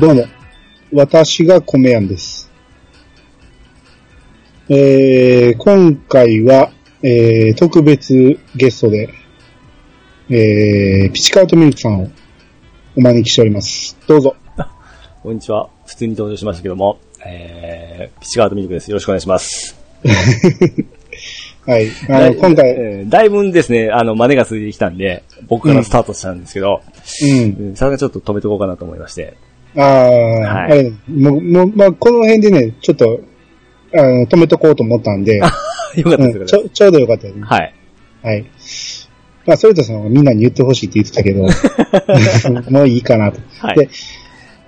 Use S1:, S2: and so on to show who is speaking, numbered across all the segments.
S1: どうも。私が米やんです。えー、今回は、えー、特別ゲストで、えー、ピチカートミルクさんをお招きしております。どうぞ。
S2: こんにちは。普通に登場しましたけども、えー、ピチカートミルクです。よろしくお願いします。
S1: はい。あの、今
S2: え
S1: 回、
S2: ーだいぶですね、あの、真似が続いてきたんで、僕からスタートしたんですけど、
S1: うん。
S2: うんさすがにちょっと止めておこうかなと思いまして。
S1: あー、
S2: は
S1: あ
S2: い
S1: れ、もう、もう、まあ、この辺でね、ちょっと、あの、止めとこうと思ったんで、
S2: よかった
S1: う
S2: ですよ
S1: ん、
S2: ね
S1: ち。ょ、ちょうどよかったですね。
S2: はい。
S1: はい。まあ、ソルトさんはみんなに言ってほしいって言ってたけ ど、もういいかなと。
S2: はい
S1: で、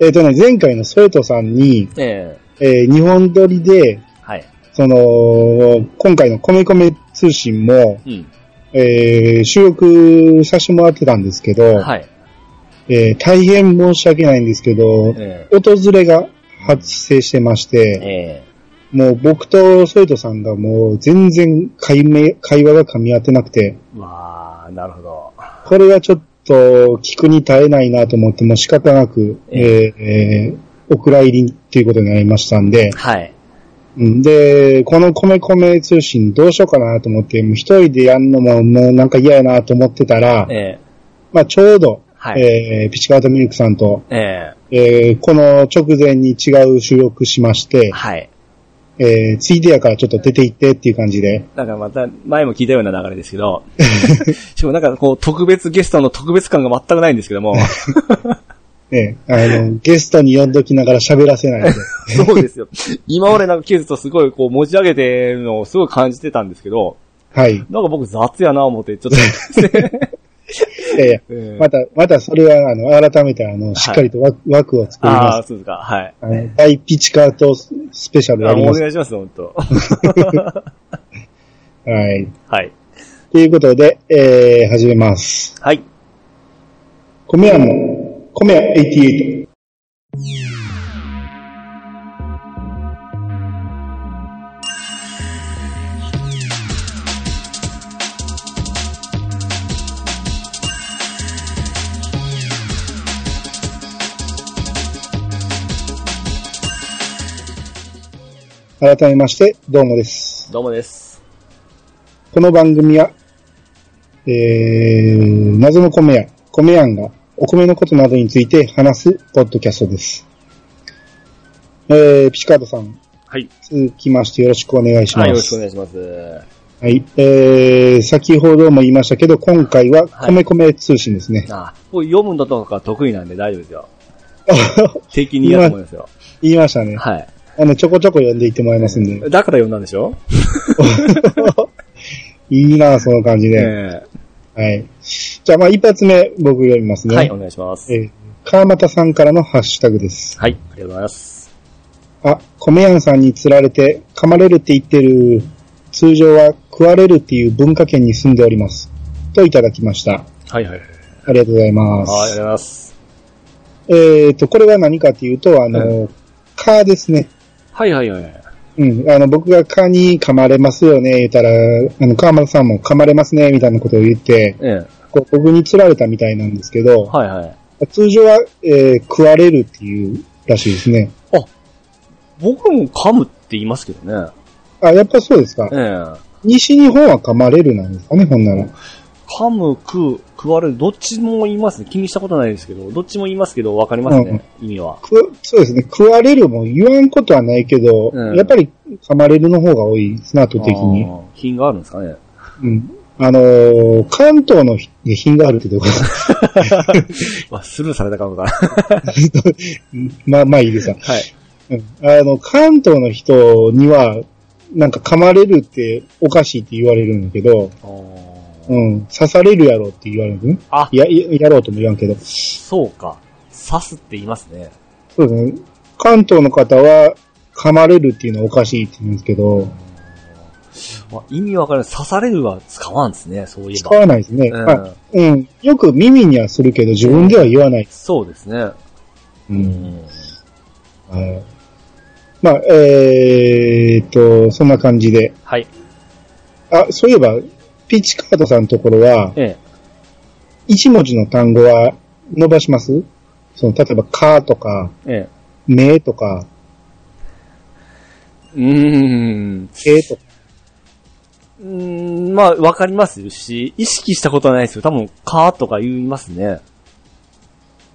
S1: えっ、とね、前回のソルトさんに、
S2: え
S1: えー日本撮りで、
S2: ー、はい。
S1: その、今回のコメコメ通信も、
S2: うん。
S1: えー収録させてもらってたんですけど、
S2: はい。
S1: えー大変申し訳ないんですけど、
S2: え
S1: 訪れが発生してまし
S2: ー、
S1: て、
S2: え
S1: もう僕とソルトさんがもう全然会名会話が噛み合ってなくて、
S2: ー、わー、なるほど。
S1: これはちょっと聞くに耐えないなと思っても仕方なく、
S2: え
S1: えーえーお蔵入りっていうことになりましたんで、
S2: はい。
S1: うんで、この米米通信どうしようかなと思って、もう一人でやるのももうなんか嫌やなと思ってたら、
S2: え
S1: まあちょうど、
S2: ー、はい。
S1: えーピチカートミルクさんと、
S2: え
S1: えーこの直前に違う収録しまして
S2: ー、、はい。
S1: えーついでやからちょっと出て行ってっていう感じで、
S2: なんかまた、前も聞いたような流れです けど、しかもなんかこう、特別ゲストの特別感が全くないんですけども、
S1: えーあの、ゲストに呼んどきながら喋らせ ないで。
S2: そうですよ。今俺なんか季節とすごいこう持ち上げてるのをすごい感じてたんですけど、
S1: はい。
S2: なんか僕雑やな思って、ちょっと、
S1: いやいや
S2: ええ
S1: また、またそれは、あの、改めて、あの、しっかりと枠,、枠を作り
S2: あ
S1: ま
S2: あ、
S1: す。
S2: そうですか、 はい。
S1: あの、大ピチカートスペシャルや
S2: あ
S1: り
S2: も
S1: ま
S2: うお
S1: す。
S2: 願いします、本当
S1: はい。
S2: はい。
S1: ということで、えー、始めます。
S2: はい。
S1: 米屋の、米屋88。改めまして、どうもです。
S2: どうもです。
S1: この番組は、えー、謎の米屋、米屋がお米のことなどについて話すポッドキャストです。えー、ピチカードさん、
S2: はい。
S1: 続きましてよろしくお願いします。
S2: はい、よろしくお願いします。
S1: はい、えー、先ほども言いましたけど、今回は米米通信ですね。
S2: あ僕読むのとか得意なんで大丈夫ですよ。敵にやと思いますよ。
S1: 言いましたね。
S2: はい。
S1: あの、ちょこちょこ読んでいってもらいますんで。
S2: だから読んだんでしょ
S1: いいなその感じ
S2: え
S1: で。はい。じゃあ、まあ一発目、僕読みます
S2: え
S1: ね。
S2: はい、お願いします。
S1: えー、川又さんからのハッシュタグです。
S2: はい、ありがとうございます。
S1: あ、米屋さんに釣られて噛まれるって言ってる。通常は食われるっていう文化圏に住んでおります。といただきました。
S2: はい、はい。はい、
S1: ありがとうござい
S2: ありが
S1: ま
S2: とうござ
S1: す
S2: い。ます。
S1: えっ、と、これは何かっていうと、あの、蚊ですね。
S2: はい、はい、はい。
S1: うん。あの、僕が蚊に噛まれますよね、言ったら、あの、川村さんも噛まれますね、みたいなことを言って、
S2: ええ
S1: こう僕に釣られたみたいなんですけど、
S2: はい、はい。
S1: 通常は、えー食われるっていうらしいですね。
S2: 僕も噛むって言いますけどね。
S1: あ、やっぱそうですか
S2: え。え。
S1: 西日本は噛まれるなんですかね、ほんなら。
S2: 噛む、食う、食われる、どっちも言いますね。気にしたことないですけど、どっちも言いますけど、わかりますね、意味は。
S1: くそうですね。食われるも言わんことはないけど、
S2: うん
S1: やっぱり噛まれるの方が多いですな、圧倒的
S2: あ
S1: に。
S2: ー。品があるんですかね。
S1: うん。あのー関東のひ品があるけど、
S2: わ、スルーされたかもだ。
S1: まあまあいいですわ
S2: はい。
S1: うんあの、関東の人には、なんか噛まれるっておかしいって言われるんだけど、
S2: あー
S1: うん、刺されるやろって言われるんですね。
S2: あ
S1: いや、いややろうとも言わんけど。
S2: そうか。刺すって言いますね。
S1: そうですね。関東の方は、噛まれるっていうのはおかしいって言うんですけど、
S2: まあ、意味わからない。刺されるは使わんですね、そういえ
S1: 使
S2: ば。
S1: わないですね。
S2: うん
S1: まあうん。よく耳にはするけど、自分では言わない。
S2: そうですね。
S1: う
S2: う。ん。
S1: はいまあ、えーっと、そんな感じで。
S2: はい。
S1: あ、そういえば、ピッチカートさんのところは、
S2: ええ。
S1: 一文字の単語は伸ばしますその、例えば、かとか、
S2: え
S1: めとか、
S2: え。うーん。
S1: えとか、
S2: うーん、まあ、わかりますし、意識したことはないですけど、多分、かとか言いますね。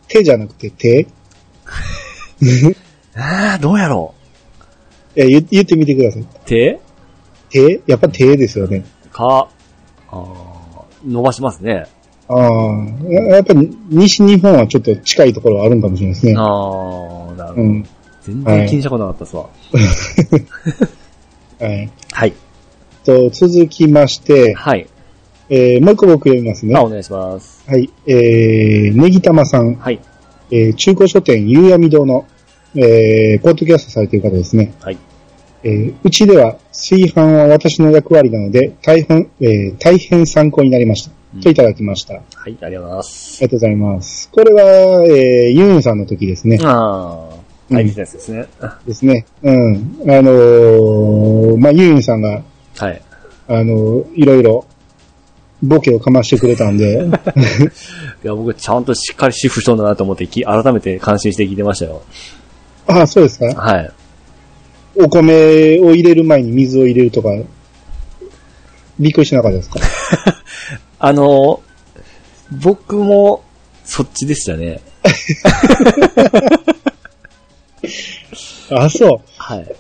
S1: 手じゃなくて手
S2: ああ、どうやろ
S1: え、言言ってみてください。
S2: う。手
S1: 手やっぱ手ですよね。
S2: か、ああ、伸ばしますね。
S1: ああ、ややっぱり西日本はちょっと近いところはあるんかもしれないですね。
S2: ああ、なるほど。
S1: うん。
S2: 全然気にしたことなかったっすわ。
S1: はい。
S2: はい。
S1: と、続きまして、
S2: はい。
S1: えー、もう一個僕読みますね。
S2: まあ、
S1: は
S2: お願いします。
S1: い。えー、ネギ玉さん、
S2: はい。
S1: えー、中古書店夕闇堂の、えー、ポッドキャストされている方ですね。
S2: はい。
S1: えー、うちでは炊飯は私の役割なので、大変、えー、大変参考になりました。
S2: うん
S1: といただきました。あ
S2: はい、ありがとうございます。
S1: りがとうございます。これは、えー、ユンさんの時ですね。
S2: ああ、大事なやつですね。
S1: ですね。うん。あのーまあ、ユーユンさんが、
S2: はい。
S1: あのーいろいろ、ボケをかましてくれたん で、
S2: いや、僕、ちゃんとしっかりシフトんだなと思って、き改めて感心して聞いてましたよ。
S1: ああ、そうですか
S2: はい。
S1: お米を入れる前に水を入れるとか、びっくりしなかったです か
S2: あの、僕も、そっちでしたね。
S1: あ、そ
S2: はい。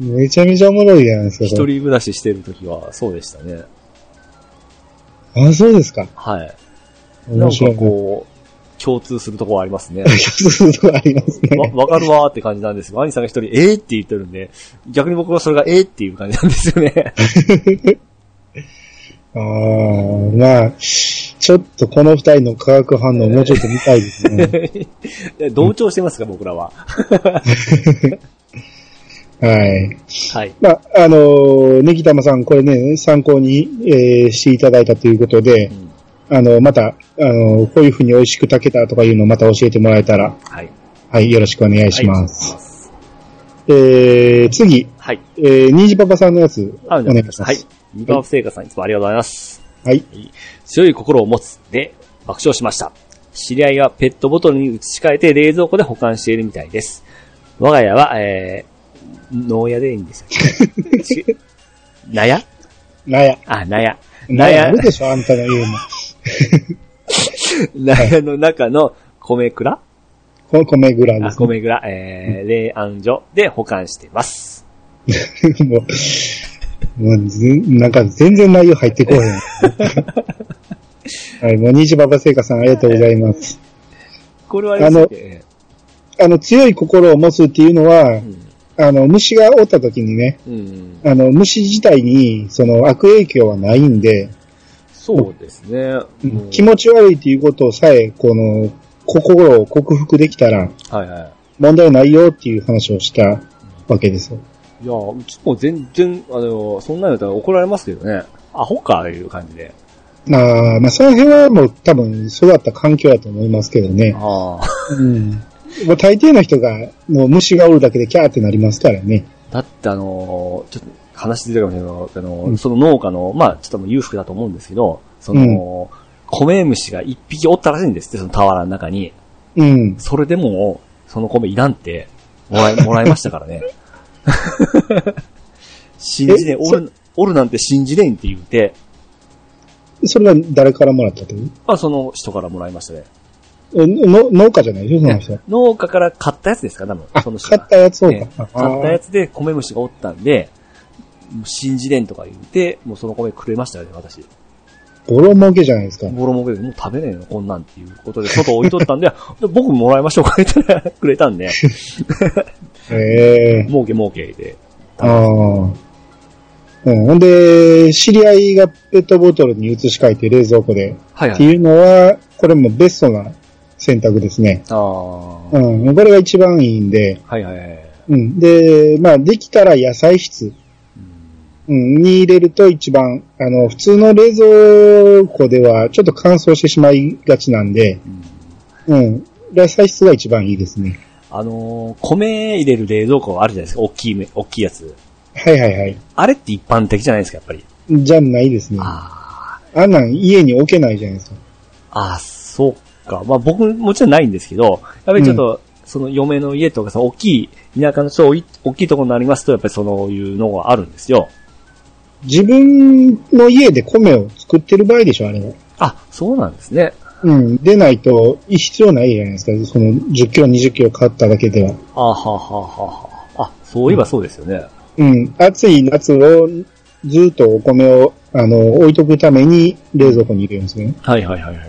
S1: う。めちゃめちゃおもろいじゃないですか。
S2: 一
S1: これ
S2: 人暮らししてる時は、そうでしたね。
S1: あ、そうですか。
S2: はい。なん
S1: 面
S2: か
S1: 白い。
S2: こう、共通するとこはありますね。
S1: そういうことあります
S2: わ、
S1: ね。
S2: わかるわーって感じなんですけど、兄さんが一人、えーって言ってるんで、逆に僕はそれがえーっていう感じなんですよ ね。
S1: ああ、まあ、ちょっとこの二人の化学反応もうちょっと見たいですね。
S2: いや同調してますか、僕らは。
S1: はい。
S2: はい。
S1: まあ、あのー、ネギタマさん、これね、参考に、えーしていただいたということで
S2: う、ん
S1: あの、また、あのーこういうふうに美味しく炊けたとかいうのをまた教えてもらえたら、
S2: はい。
S1: はい、よろしくお願いします。えー、次、
S2: はい。
S1: えー、ニジパパさんのやつ、お
S2: あるんじ
S1: 願
S2: ゃないいで
S1: し
S2: すか。
S1: ま
S2: はい
S1: す。。
S2: 三河聖華さん、いつもありがとうございます。
S1: はい。
S2: 強い心を持つで爆笑しました。知り合いがペットボトルに移し替えて冷蔵庫で保管しているみたいです。我が家は、えー、納屋でいいんですよ。 ち納屋
S1: なや。
S2: あ、納屋。
S1: な
S2: 納
S1: や、
S2: 屋
S1: ある、でしょ、あんたの言うの。
S2: 納屋の中の米蔵
S1: この米蔵で
S2: あ
S1: すね。
S2: 米蔵、えー、冷暗所で保管しています。
S1: もう、もうずなんか全然内容入 ってこへん。はい、もう、ニジパパ聖火さん、ありがとうございます。
S2: これはあれですよね。
S1: あの、強い心を持つっていうのは、あの、虫がおった時にね、
S2: うん。うん。
S1: あの、虫自体に、その、悪影響はないんで、
S2: そうですね。うん
S1: 気持ち悪いっていうことさえ、この、心を克服できたら、
S2: はいはい。
S1: 問題ないよっていう話をしたわけですよ。
S2: いや、うちも全然、あの、そんなのやったら怒られますけどね。アホか、いう感じで。
S1: まあ、まあ、その辺はもう多分育った環境だと思いますけどね。
S2: ああ。
S1: うん。もう大抵の人が、もう虫がおるだけでキャーってなりますからね。
S2: だってあの、ちょっと話出てるかもしれないけど、あの、その農家の、まあちょっともう裕福だと思うんですけど、その、米虫が一匹おったらしいんですって、その俵の中に。
S1: うん。
S2: それでも、その米いらんって、もらい、 もらいましたからね。信じねん、
S1: え
S2: お
S1: そ
S2: る、おるなんて信じねんって言うて、
S1: それは誰からもらったという
S2: まあその人からもらいましたね。
S1: の農家じゃないでしょ、その人。
S2: 農家から買ったやつですか、多分。
S1: あ、
S2: その人
S1: 買
S2: が
S1: ったやつを
S2: ね
S1: か。
S2: 買ったや
S1: つ。
S2: つで米虫がおったんで、もう信じれんとか言うて、もうその米くれましたよね、私。
S1: ボロ儲けじゃないですか。
S2: ボロ儲けで、もう食べねえの、こんなんっていうことで、外置いとったんで、 で僕もらいましょうか、言ったらくれ たんで、
S1: ええ
S2: 儲け儲けで。
S1: ああ。うん、ほんで、知り合いがペットボトルに移し替えて冷蔵庫で
S2: はいは
S1: って
S2: い。
S1: いうのは、これもベストな選択ですね。
S2: ああ。は
S1: うん、これが一番いいんで、
S2: いはいはい。
S1: うん。で、まあ、できたら野菜室、うん、に入れると一番、あの、普通の冷蔵庫ではちょっと乾燥してしまいがちなんで、
S2: うん
S1: うん、野菜室が一番いいですね。
S2: あのー米入れる冷蔵庫あるじゃないですか、大きいめ、大きいやつ。
S1: はいはいはい。
S2: あれって一般的じゃないですか、やっぱり。
S1: じゃないですね。
S2: あ
S1: あんなん家に置けないじゃないですか。
S2: あ。ああ、そうか。まあ僕もちろんないんですけど、やっぱりちょっと、その嫁の家とか、その大きい、田舎の人多い、大きいところになりますと、やっぱりそういうのがあるんですよ。
S1: 自分の家で米を作ってる場合でしょ、あれは。
S2: あ、そうなんですね。
S1: うん。でないと、必要ないじゃないですか。その、10キロ、20キロ買っただけでは。
S2: あはははは。あ、そういえばそうですよね。
S1: うん。暑い夏を、ずっとお米を、あの、置いとくために、冷蔵庫に入れるんですよね。
S2: はいはいはいはい。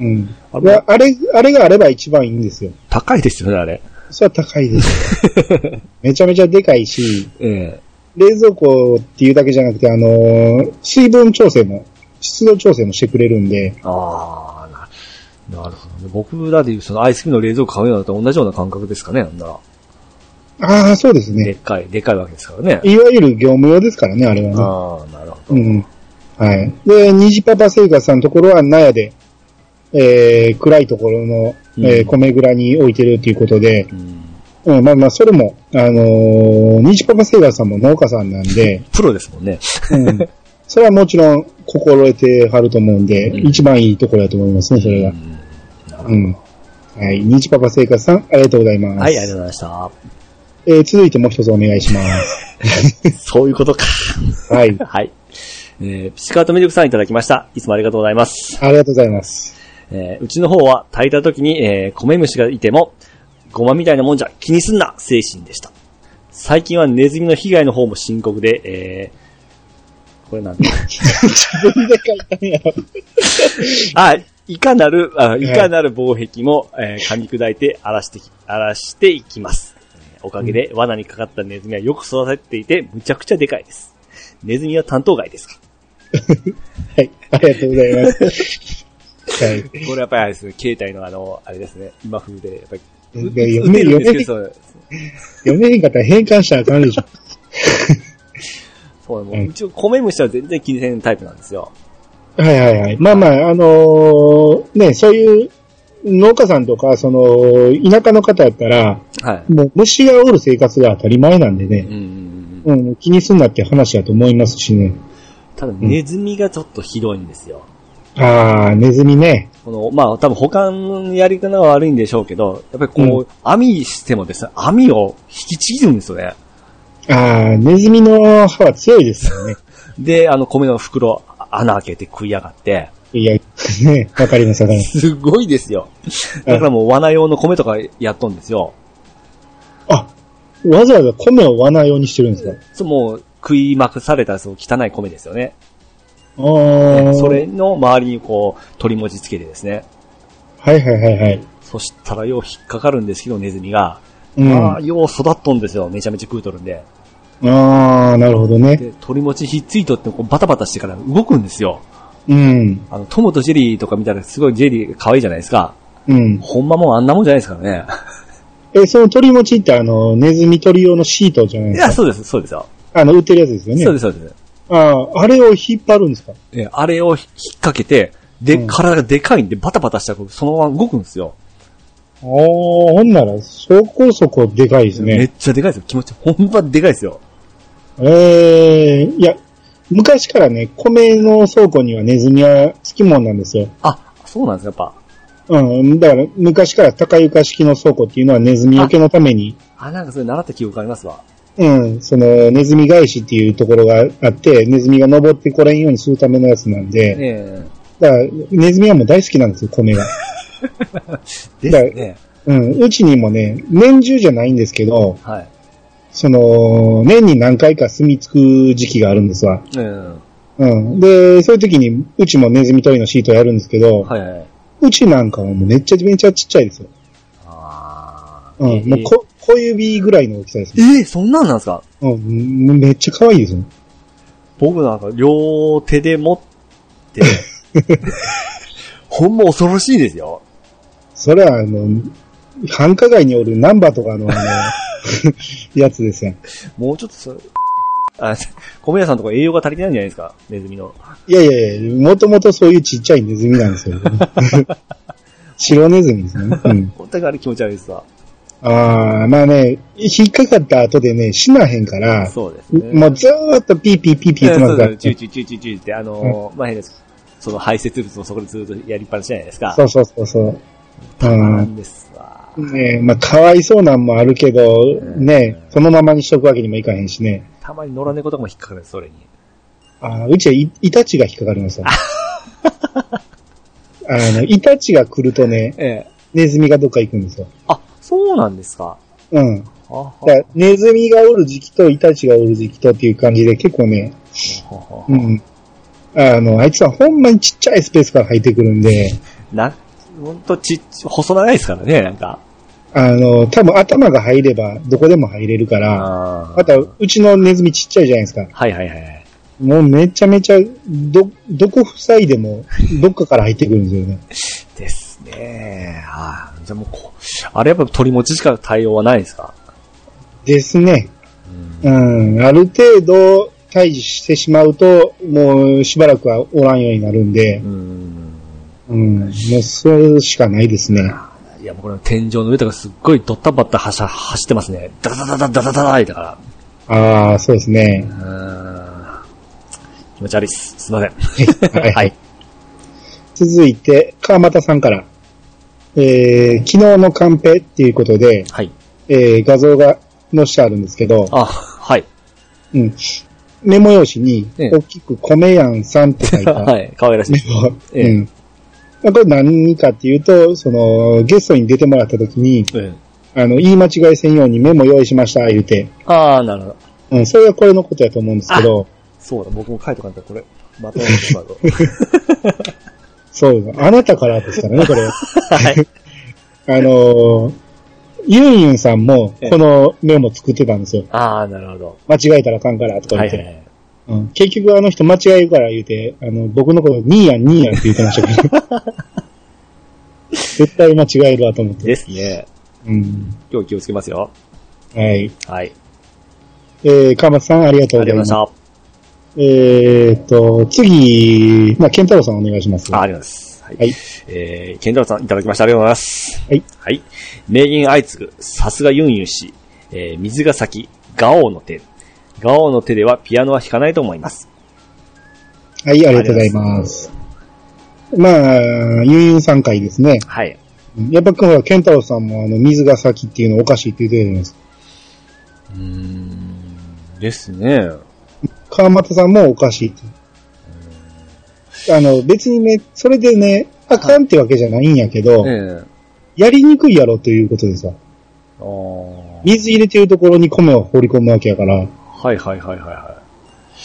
S1: うん。
S2: あ
S1: いや
S2: れ、
S1: あれ、あれがあれば一番いいんですよ。
S2: 高いですよね、あれ。
S1: それは高いです。 めちゃめちゃでかいし、
S2: ええ
S1: 冷蔵庫っていうだけじゃなくて、あのー水分調整も、湿度調整もしてくれるんで、
S2: ああ、ななるほどね。僕らでいう、そのアイスクリームの冷蔵庫買うようなのと同じような感覚ですかね、なんなら。
S1: ああ、そうです
S2: で
S1: ね
S2: っ。かい、でっかいわけですからね。
S1: いわゆる業務用ですからね、あれはね。
S2: ああ、なるほど。
S1: うん。はい。で、虹パパ生活さんのところは納屋で、えー、暗いところの、え
S2: う
S1: ー、
S2: ん
S1: 米蔵に置いてるということで、
S2: うん、
S1: うん、まあまあ、それも、あのー、虹パパ生活さんも農家さんなんで、
S2: プロですもんね。
S1: うん。それはもちろん、心得てはると思うんで、
S2: うん
S1: 一番いいところだと思いますね、それが。
S2: うん
S1: うん。はい。日パパ生活さん、ありがとうございます。
S2: はい、ありがとうございました。
S1: えー続いてもう一つお願いします。
S2: そういうことか。
S1: はい。
S2: はい。えー、ピチカートミルクさんいただきました。いつもありがとうございます。
S1: ありがとうございます。
S2: えーうちの方は炊いた時に、えー米虫がいても、ごまみたいなもんじゃ気にすんな精神でした。最近はネズミの被害の方も深刻で、えーこれなんだ
S1: 自分で書いたんやろ。
S2: あ、いかなる、あいかなる防壁も、えー噛み砕いて荒らしてき、荒らしていきます。えーおかげで罠にかかったネズミはよく育てていて、むちゃくちゃでかいです。ネズミは担当外ですか
S1: はい。ありがとうございます。はい。
S2: これやっぱりあれですね、携帯のあの、あれですね、今風で、やっぱり、
S1: うん
S2: う
S1: いや読
S2: 打て
S1: め
S2: るんですけど、そう
S1: 読めへんかったら変換したらあかんでしょ。
S2: そう、も
S1: う
S2: うんうち米虫は全然気にせんタイプなんですよ。
S1: はいはいはい。まあまあ、あのーね、そういう農家さんとか、その、田舎の方やったら、
S2: はい。
S1: もう虫がおる生活が当たり前なんで
S2: う
S1: ね
S2: ん、うんうん、
S1: うん、気にすんなって話だと思いますしね。
S2: ただ、ネズミがちょっとひどいんですよ。
S1: あー、ネズミね。
S2: この、まあ、多分他のやり方が悪いんでしょうけど、やっぱりこう、
S1: う
S2: 網してもですね、網を引きちぎるんですよね。
S1: あー、ネズミの歯は強いですよね。
S2: で、あの、米の袋、あ穴開けて食いやがって、
S1: いや、ね、わかりますわかります。
S2: すごいですよ。だからもう罠用の米とかやっとんですよ。
S1: あ、わざわざ米を罠用にしてるんですか
S2: そうもう、食いまくされたその汚い米ですよね。
S1: あー。
S2: そ。れの周りにこう、取り文字つけてですね。
S1: はいはいはいはい。
S2: そしたらよう引っかかるんですけど、ネズミが。
S1: うん。
S2: ま
S1: あ
S2: あ、よう育っとんですよ。めちゃめちゃ食うとるんで。
S1: あー、なるほどね。
S2: で、鳥持ちひっついとってこうバタバタしてから動くんですよ。
S1: うん。
S2: あの、トムとジェリーとか見たらすごいジェリー可愛いじゃないですか。
S1: うん。
S2: ほんまもんあんなもんじゃないです からね。
S1: え、その鳥餅ってあの、ネズミ鳥用のシートじゃない
S2: い
S1: です
S2: や、
S1: か。
S2: そうです、そうですよ。
S1: あの、売ってるやつですよね。
S2: そうです、そうです。
S1: ああ、あれを引っ張るんですか
S2: えあれを引っ掛けて、で、
S1: うん
S2: 体がでかいんでバタバタしたらこうそのまま動くんですよ。
S1: ああ、ほんなら、そこそこでかいです
S2: め
S1: ね
S2: っ。ちゃでかいですよ。気持ち、ほんまでかいですよ。
S1: ええいや、昔からね、米の倉庫にはネズミはつきもんなんですよ。
S2: あ、そうなんですか、やっ
S1: うん、だから昔から高床式の倉庫っていうのはネズミ除けのために、
S2: ぱ。あ、なんかそれ習った記憶ありますわ。
S1: うん、そのネズミ返しっていうところがあって、ネズミが登ってこれんようにするためのやつなんで、
S2: え
S1: だからネズミはもう大好きなんですよ、米が。
S2: え
S1: だ
S2: ですね。
S1: うん、うちにもね、年中じゃないんですけど、
S2: はい。
S1: その、年に何回か住み着く時期があるんですわ。
S2: うん。
S1: うん。で、そういう時に、うちもネズミ取りのシートやるんですけど、
S2: はいはい。
S1: うちなんかはもうめっちゃめちゃちっちゃいですよ。
S2: あ
S1: うん。もうこ小指ぐらいの大きさです
S2: え
S1: ね。
S2: えそんなんなんですか
S1: うん。もうめっちゃ可愛いですよ。
S2: 僕なんか両手で持って、 ほんま恐ろしいですよ。
S1: それは、あの、繁華街におるナンバーとかの、あ の、やつですよ。
S2: もうちょっとそ、あ、小宮さんとか栄養が足りてないんじゃないですかネズミの。
S1: いやいやいや、もともとそういうちっちゃいネズミなん ですよ。白ネズミですね。うん。
S2: 本当にあれ気持ち悪いですわ。
S1: ああ、まあね、引っかかった後でね、死なへんから、
S2: そうですね。
S1: もうずーっとピーピーピーピー
S2: え
S1: 言ってます
S2: そう
S1: か
S2: で
S1: ら
S2: す。チューチューチューチューチューって、あのー、まあ、変です。その排泄物もそこでずっとやりっぱなしじゃないですか。
S1: そうそうそうそう。
S2: たまらんですわ。
S1: ねえ、まあ、かわいそうなんもあるけど、
S2: ん
S1: ねえ、そのままにしとくわけにもいかへんしね。
S2: たまに野良猫とかも引っかかる、それに。
S1: あーうちはい、イタチが引っかかり ますよ。あの、イタチが来るとね、
S2: ええ。
S1: ネズミがどっか行くんですよ。
S2: あ、そうなんですか。
S1: うん。
S2: はは
S1: だからネズミがおる時期とイタチがおる時期とっていう感じで結構ね、
S2: はは
S1: うん。あの、あいつはほんまにちっちゃいスペースから入ってくるんで、
S2: な、ほんとちっち、細長いですからね、なんか。
S1: あの、多分頭が入ればどこでも入れるから、
S2: あ
S1: また、うちのネズミちっちゃいじゃないですか。
S2: はいはいはい。
S1: もうめちゃめちゃ、ど、どこ塞いで も、どっかから入ってくるんですよね。
S2: ですね。あーじゃあもうこう、あれやっぱ鳥持ちしか対応はないですか
S1: ですね。
S2: うん
S1: うん。ある程度、退治してしまうと、もうしばらくはおらんようになるんで、
S2: うん。
S1: うん。もうそれしかないですね。
S2: いや、もうこの天井の上とかすっごいドッタバッタはしゃ、走ってますね。ダダダダダダダダダだか
S1: ああ、そうですね。
S2: ら。うん。気持ち悪いっす。すいません。
S1: はい。続いて、川又さんから。えー、昨日のカンペっていうことで、
S2: はい。
S1: えー、画像が載せてあるんですけど、
S2: あ、はい。
S1: うん。メモ用紙に、
S2: ええ
S1: 大きく米やんさんって書 いた
S2: はい。可愛らしい
S1: メ。モ。
S2: ええ
S1: うん。まあこれ何かっていうと、その、ゲストに出てもらった時に、
S2: うん。
S1: あの、言い間違いせんようにメモ用意しました、言うて。
S2: ああ、なるほど。
S1: うん、それがこれのことやと思うんですけど、
S2: そうだ、僕も書いとかんと、これ。またやってしまうぞ。
S1: そう、あなたからですからね、これ。
S2: はい。
S1: あのーユンユンさんも、このメモ作ってたんですよ。
S2: ああ、なるほど。
S1: 間違えたらあかんから、とか
S2: は
S1: 言
S2: い
S1: って。
S2: はいはい。
S1: うん、結局あの人間違えるから言うて、あの、僕のこと、ニーヤン、ニーヤンって言ってま したけど。絶対間違えるわと思って。
S2: ですね。
S1: うん。
S2: 今日気をつけますよ。
S1: はい。
S2: はい。
S1: えー、川松さんありがとう
S2: あ
S1: ござい
S2: りが
S1: ます。
S2: とうござい
S1: えーっと、次、まあ、ケンタロウさんお願いします。
S2: ました。あ、
S1: は
S2: ありがとうございます。は
S1: い。
S2: い。えー、ケンドラさんいただきました。ありがとうございます。
S1: はい。
S2: はい。名言相次ぐ、さすがユンユン氏、えー、水が先、ガオーの手。ガオーの手ではピアノは弾かないと思います。
S1: はい、ありがとうございます。まあ、ユンユンさん回ですね。
S2: はい。
S1: やっぱ、ほら、ケンタロウさんも、あの、水が先っていうのおかしいって言ってるじゃないですか。
S2: うーん、ですね。
S1: 川又さんもおかしいって。あの、別にね、それでね、あかんってわけじゃないんやけど、
S2: ええ
S1: やりにくいやろということでさ、
S2: あー
S1: 水入れてるところに米を放り込むわけやから、うん。
S2: はいはいはいはいは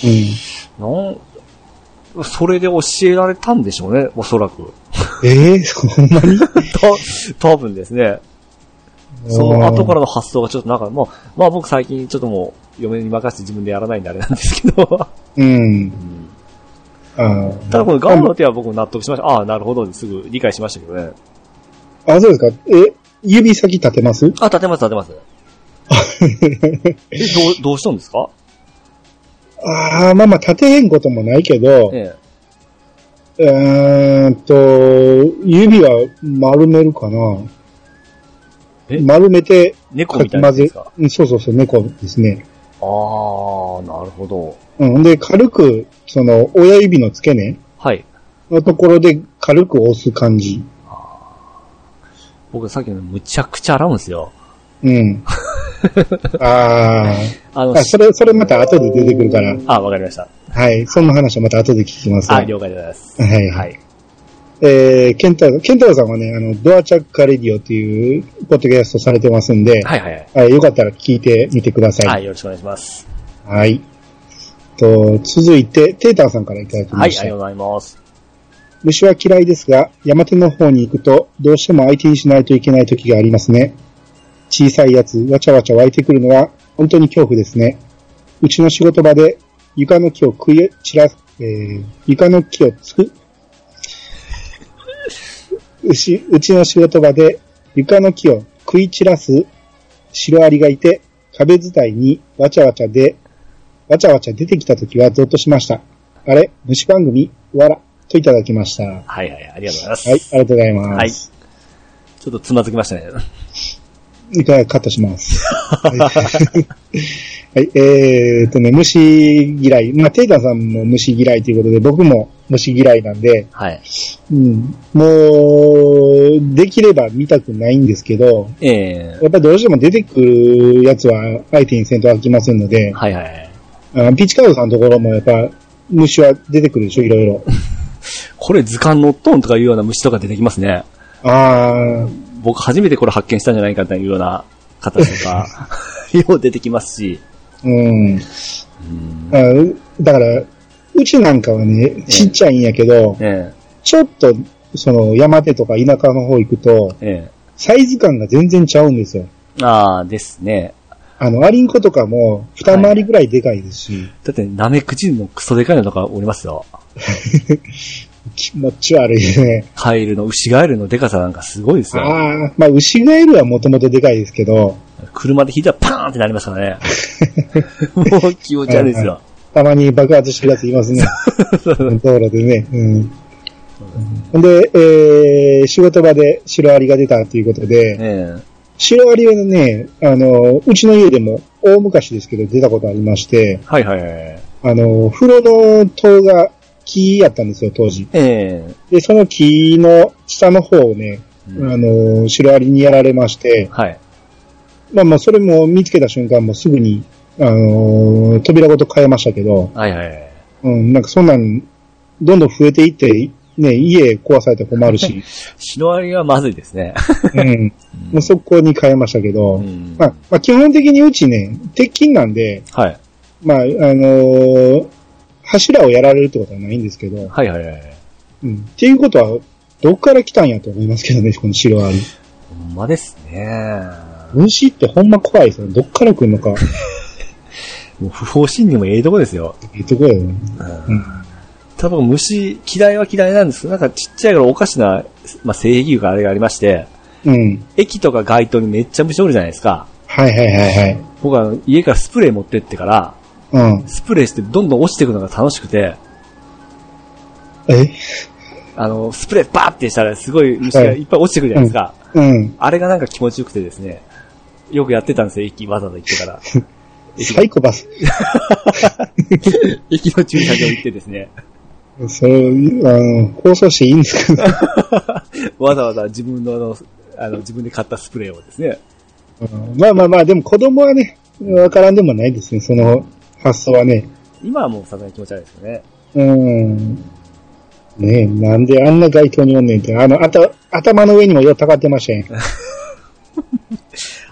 S2: い。なん、それで教えられたんでしょうね、おそらく。
S1: ええー、ほんまに
S2: た、多分ですね。その後からの発想がちょっとなんかもう、まあ僕最近ちょっともう嫁に任せて自分でやらないんであれなんですけど。
S1: うん。あー
S2: ただこのガオの手は僕も納得しました。ああ、なるほど。すぐ理解しましたけどね。
S1: あ、そうですか。え、指先立てます
S2: あ、立てます、立てます。え、どう、どうしたんですか
S1: ああ、まあまあ立てへんこともないけど、
S2: え
S1: えーっと、指は丸めるかな
S2: え。
S1: 丸めて、
S2: 猫みたいなやつですか
S1: かき混ぜうん、そうそうそう、猫ですね。
S2: え。ああ、なるほど。
S1: うん。で、軽く、その、親指の付け根
S2: はい。
S1: のところで軽く押す感じ。
S2: 僕さっきのむちゃくちゃ洗うんですよ。
S1: うん。あ
S2: あの
S1: あ。、それ、それまた後で出てくるから。
S2: あ、わかりました。
S1: はい。その話はまた後で聞きます
S2: あ、
S1: ね。
S2: 了解でございます。
S1: はい。
S2: は
S1: はい。
S2: い。
S1: えー、ケンタロウ、ケンタロウさんはね、あの、ドアチャッカレディオっていう、ポッドキャストされてますんで、
S2: はいはいはい。
S1: はい、よかったら聞いてみてください。
S2: はい、よろしくお願いします。
S1: はい。と、続いて、テーターさんからいただき
S2: はい、あ
S1: ま
S2: り
S1: し
S2: が
S1: た。
S2: とうございます。
S1: 虫は嫌いですが、山手の方に行くと、どうしても相手にしないといけない時がありますね。小さいやつ、わちゃわちゃ湧いてくるのは、本当に恐怖ですね。うちの仕事場で、床の木を食い散らす、えー、床の木をつく、うち、うちの仕事場で、床の木を食い散らすシロアリがいて、壁伝いにわちゃわちゃで、わちゃわちゃ出てきた時はゾッとしました。あれ、虫番組、わら、といただきました。はい、
S2: はいはい、ありがとうございます。
S1: ありがとうございます。
S2: ちょっとつまずきましたね。
S1: 一回カットします。 はい、えーっとね、虫嫌い。まあ、テイタンさんも虫嫌いということで、僕も、虫嫌いなんで、
S2: はい。
S1: うん、もう、できれば見たくないんですけど、
S2: ええ
S1: やっぱりどうしても出てくるやつは相手にせんと飽きませんので、
S2: はいはいはい。
S1: あピッチカードさんのところもやっぱ、虫は出てくるでしょ、いろいろ。
S2: これ図鑑のトンとかいうような虫とか出てきますね。
S1: ああ、
S2: 僕初めてこれ発見したんじゃないかというような形とか、 よう出てきますし。
S1: うん。
S2: うん
S1: あだから、うちなんかはね、ちっちゃいんやけど、
S2: え
S1: ちょっと、その、山手とか田舎の方行くと、
S2: ええ
S1: サイズ感が全然ちゃうんですよ。
S2: えああ、ですね。
S1: あの、アリンコとかも、二回りぐらいでかいですし、
S2: だって、ナメクジのクソでかいのとかおりますよ。
S1: 気持ち悪いですね。
S2: カエルの、ウシガエルのでかさなんかすごいですよ。
S1: ああ、まあ、牛ガエルはもともとでかいですけど、
S2: 車で引いたらパーンってなります からね。もう気持ち悪いですよ。
S1: たまに爆発してるやつい ますね。道路でね。うん。ほんで、えー仕事場でシロアリが出たということで、
S2: え
S1: シロアリはね、あの、うちの家でも大昔ですけど出たことありまして
S2: え、はいはいはい。
S1: あの、風呂の塔が木やったんですよ、当時。
S2: ええ
S1: で、その木の下の方をね、
S2: うん
S1: あの、シロアリにやられまして、
S2: はい。
S1: まあまあ、それも見つけた瞬間もうすぐに、あの、扉ごと変えましたけど、
S2: はいはいはい。
S1: うん、なんかそんなん、どんどん増えていって、ね、家壊されて困る し、
S2: シロアリはまずいですね。
S1: うん、もうそこに変えましたけど、
S2: うん
S1: まあ、まあ、基本的にうちね、鉄筋なんで、
S2: はい。
S1: まあ、あのー柱をやられるってことはないんですけど、
S2: はいはいはい。
S1: うん、っていうことは、どっから来たんやと思いますけどね、 このシロアリ。
S2: ほんまですね。
S1: 虫ってほんま怖いですよ。どっから来るのか、
S2: もう不法侵入もええとこですよ。
S1: ええとこやよね。うん
S2: 多分虫嫌いは嫌いなんですけど、なんかちっちゃい頃おかしな、まあ、性癖があれがありまして、
S1: うん。
S2: 駅とか街灯にめっちゃ虫おるじゃないですか。
S1: はいはいはい
S2: 僕は家からスプレー持ってってから、
S1: はい。うん。
S2: スプレーしてどんどん落ちていくのが楽しくて、
S1: え
S2: あの、スプレーバーってしたらすごい虫がいっぱい落ちてくるじゃないですか。
S1: うん。
S2: あれがなんか気持ちよくてですね、よくやってたんですよ、駅わざわざ行って から。
S1: サイコパス。
S2: 駅の駐車場行ってですね、
S1: それ、あの、放送していいんですか
S2: わざわざ自分のあの、あの自分で買ったスプレーをですね、
S1: うんまあまあまあ、でも子供はね、わからんでもないですね、その発想はね。
S2: 今はもうさすがに気持ち悪いですよね。
S1: うん。ねえ、なんであんな街灯におんねんって、あの、あた、頭の上にもようたかってましたね。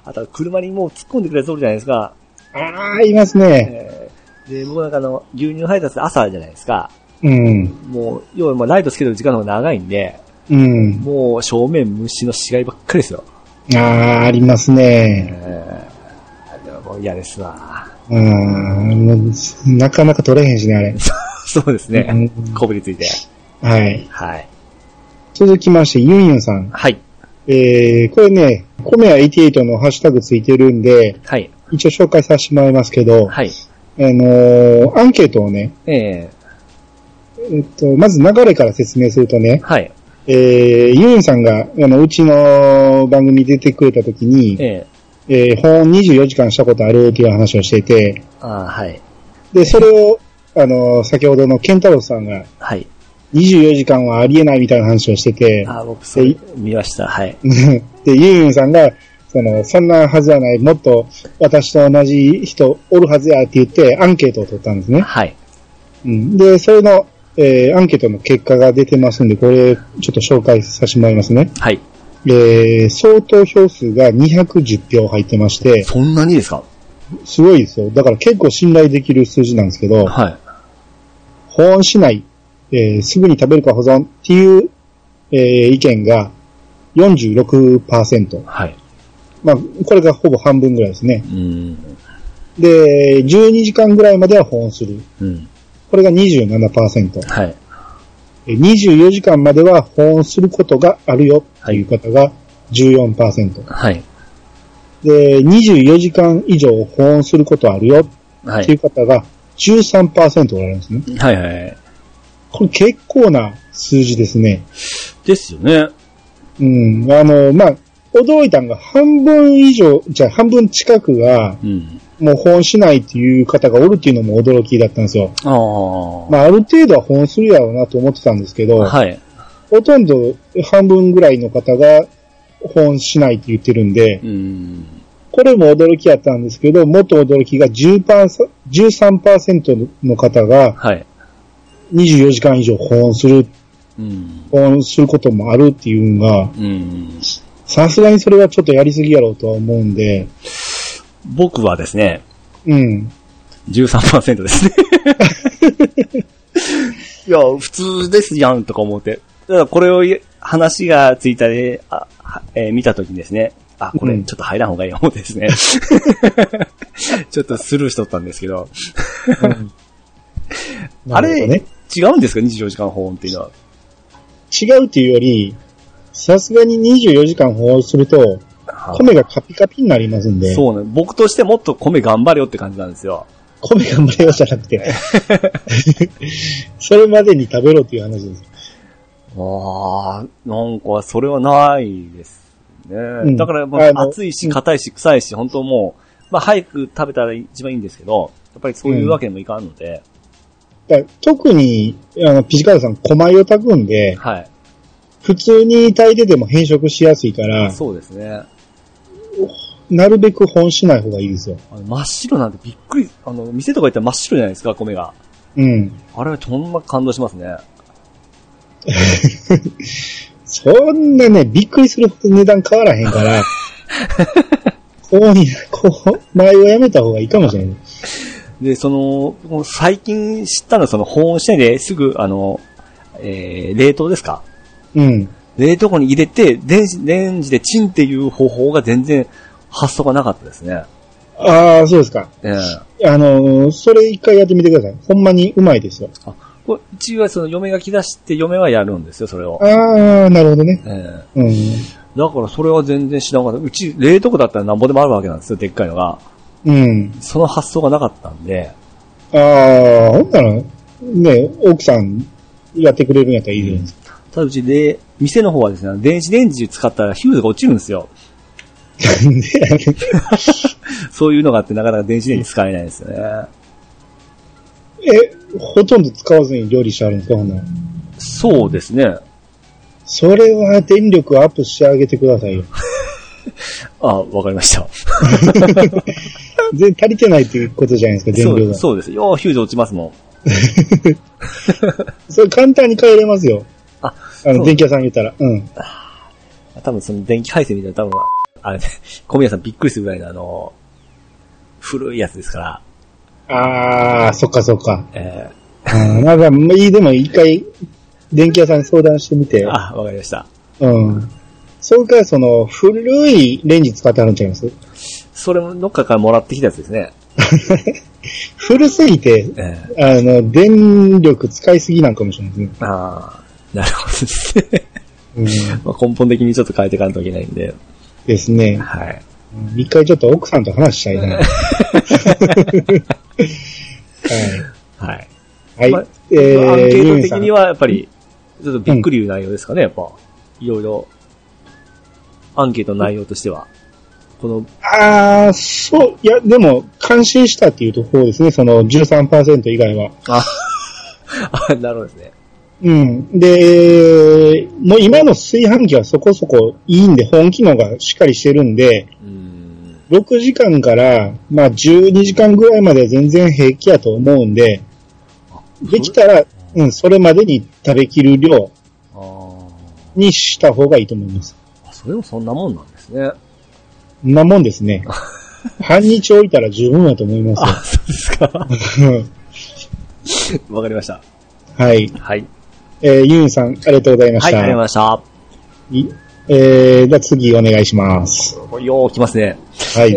S2: あとは車にもう突っ込んでくれそうじゃないですか。
S1: ああ、いますね。
S2: えーで、僕なんかあの、牛乳配達朝じゃないですか。
S1: うん。
S2: もう、要はもうライトつけてる時間の方が長いんで、
S1: うん。
S2: もう正面虫の死骸ばっかりですよ。
S1: ああ、あります
S2: え
S1: ね。
S2: ーでももう嫌ですわ。
S1: うん。なかなか取れへんしね、あれ。
S2: そうですね
S1: うん。
S2: こびりついて。
S1: はい。
S2: はい。
S1: 続きまして、ユンユンさん。
S2: はい。
S1: えー、これね、コメア88のハッシュタグついてるんで、
S2: はい。
S1: 一応紹介させてもらいますけど、
S2: はい。
S1: あのーアンケートをね、
S2: え
S1: えっと、まず流れから説明するとね
S2: ー、、はい。
S1: えー、ユンさんが、あの、うちの番組出てくれた時に、え
S2: え
S1: ー、保温24時間したことあるっていう話をしていて、
S2: ー、あーはい。
S1: で、それを、あの、先ほどのケンタロウさんが、
S2: はい。
S1: 24時間はありえないみたいな話をしてて、
S2: あー僕、それ見ました。はい。
S1: で、ユンユンさんが、その、そんなはずはない、もっと私と同じ人おるはずやって言って、アンケートを取ったんですね。
S2: はい。
S1: うん、で、それの、えーアンケートの結果が出てますんで、これ、ちょっと紹介させてもらいますね。
S2: はい。
S1: えー、相当票数が210票入ってまして、
S2: そんなにですか
S1: すごいですよ。だから結構信頼できる数字なんですけど、
S2: はい。
S1: 保温しない、えーすぐに食べるか保存っていう、えー意見が46%。
S2: はい。
S1: まあ、これがほぼ半分ぐらいですね。
S2: うん。
S1: で、12時間ぐらいまでは保温する。
S2: うん。
S1: これが27%。
S2: はい。
S1: え24時間までは保温することがあるよっていう方が14%。
S2: はい。
S1: で、24時間以上保温することあるよ
S2: は
S1: ってい
S2: い。
S1: う方が13%おられるんですね。
S2: はいはい。
S1: これ結構な数字ですね。
S2: ですよね。
S1: うん。あの、まあ、驚いたのが半分以上、じゃあ半分近くが、
S2: うん。
S1: もう保温しないっていう方がおるっていうのも驚きだったんですよ。
S2: ああ。
S1: まあ、ある程度は保温するやろうなと思ってたんですけど、
S2: はい。
S1: ほとんど半分ぐらいの方が保温しないって言ってるんで
S2: う、ん。
S1: これも驚きやったんですけど、もっと驚きが10パーセ13%の方が
S2: はい。
S1: 24時間以上保温する、
S2: うん。
S1: 保温することもあるっていうのが、
S2: うん。
S1: さすがにそれはちょっとやりすぎやろうとは思うんで、
S2: 僕はですね、
S1: うん。
S2: 13%ですね。 いや、普通ですやんとか思って。ただこれをい話がついたで、あはえー見たときにですね、あ、こ
S1: う
S2: れ
S1: ん
S2: ちょっと入らん方がいい思って ですね。ちょっとスルーしとったんですけど。あ
S1: なる
S2: れ、
S1: ほどね
S2: 違うんですか ?24 時間保温っていうのは。
S1: 違うっていうより、さすがに24時間保温すると、米がカピカピになりますんで、
S2: そうね。僕としてもっと米頑張れよって感じなんですよ。
S1: 米頑張れよじゃなくて、 それまでに食べろっていう話です。
S2: ああ、なんかそれはないですね。
S1: ん
S2: だから、まあ
S1: あ、の
S2: 暑いし、硬いし、臭いし、本当もう、まあ、早く食べたら一番いいんですけど、やっぱりそういうわけにもいかんので、
S1: だから特に、あの、ピチカードさん、小米を炊くんで、
S2: はい。
S1: 普通に炊いてても変色しやすいから、
S2: そうですね。あ
S1: なるべく保温しない方がいいですよ。
S2: の真っ白なんてびっくり、あの、店とか行ったら真っ白じゃないですか、米が。
S1: うん。
S2: あれはほんま感動しますね。
S1: そんなね、びっくりするほど値段変わらへんから、こうに、こう、前をやめた方がいいかもしれない。
S2: で、その、もう最近知ったのは、その保温しないですぐ、あの、えー、冷凍ですか
S1: うん。
S2: 冷凍庫に入れて、電子レンジでチンっていう方法が全然発想がなかったですね。
S1: ああ、そうですか。
S2: ええ
S1: あのー、それ一回やってみてください。ほんまにうまいですよ。
S2: これうちはその嫁が来だして嫁はやるんですよ、それを。
S1: ああ、なるほどね。
S2: ええ
S1: うん。
S2: だからそれは全然知らなかった。うち冷凍庫だったらなんぼでもあるわけなんですよ、でっかいのが。
S1: うん。
S2: その発想がなかったんで。
S1: ああ、ほんなら、ね、奥さんやってくれるんやったらいいじゃないですか。
S2: ただうちで、店の方はですね、電子レンジ使ったらヒューズが落ちるんですよ。 そういうのがあってなかなか電子レンジ使えないんですよね。
S1: え、ほとんど使わずに料理してあるんですかほんなら。
S2: そうですね。
S1: それは電力アップしてあげてくださいよ。
S2: あ、わかりました。
S1: 全然足りてないっていうことじゃないですか、電
S2: そ
S1: 量
S2: う
S1: が。
S2: そうです。ようヒューズ落ちますもん。
S1: それ簡単に変えれますよ。
S2: あ、
S1: あ
S2: そ
S1: の、
S2: う
S1: 電気屋さんに言ったら。うん。
S2: 多分その電気配線みたいな多分、あれね、小宮さんびっくりするぐらいのあの、古いやつですから、
S1: ああ、そっかそっか。
S2: え
S1: あーなんか、まあいい、でも一回、電気屋さんに相談してみて
S2: ー、。あ、わかりました。
S1: うん。それから、その、古いレンジ使ってあるんちゃいます
S2: それもどっかからもらってきたやつですね。
S1: 古すぎて、
S2: えー、
S1: あの、電力使いすぎなんかもしれないで
S2: ああ、なるほどですね。
S1: すね。
S2: まあ根本的にちょっと変えていかんといけないんで、
S1: うん。ですね。
S2: はい。
S1: うん一回ちょっと奥さんと話したい な。は
S2: はい。
S1: い。
S2: ま
S1: は
S2: あ
S1: い。えー、
S2: アンケ
S1: ユ
S2: ート
S1: ン
S2: 的
S1: さん
S2: にはやっぱり、ちょっとびっくりいう内容ですかね、やっぱ。いろいろ、アンケートの内容としては。この、
S1: ああ、そう、いや、でも、感心したっていうところですね、その13%以外は。
S2: あ、あなるほどですね。
S1: うん。で、もう今の炊飯器はそこそこいいんで、本機能がしっかりしてるんで、
S2: うーん。
S1: 6時間から、まあ12時間ぐらいまでは全然平気やと思うんで、できたら、うん、それまでに食べきる量
S2: ああ。
S1: にした方がいいと思います。
S2: あそれもそんなもんなんですね。
S1: そんなもんです ね。半日置いたら十分やと思いま
S2: あ、そうです か。わ
S1: すよ。
S2: かりました。
S1: はい。
S2: はい。
S1: えーユンさん、ありがとうございま
S2: は
S1: し
S2: い、
S1: た。
S2: ありがとうございました。
S1: いえー、じゃあ次お願いします。
S2: これよう来ますね。
S1: はい。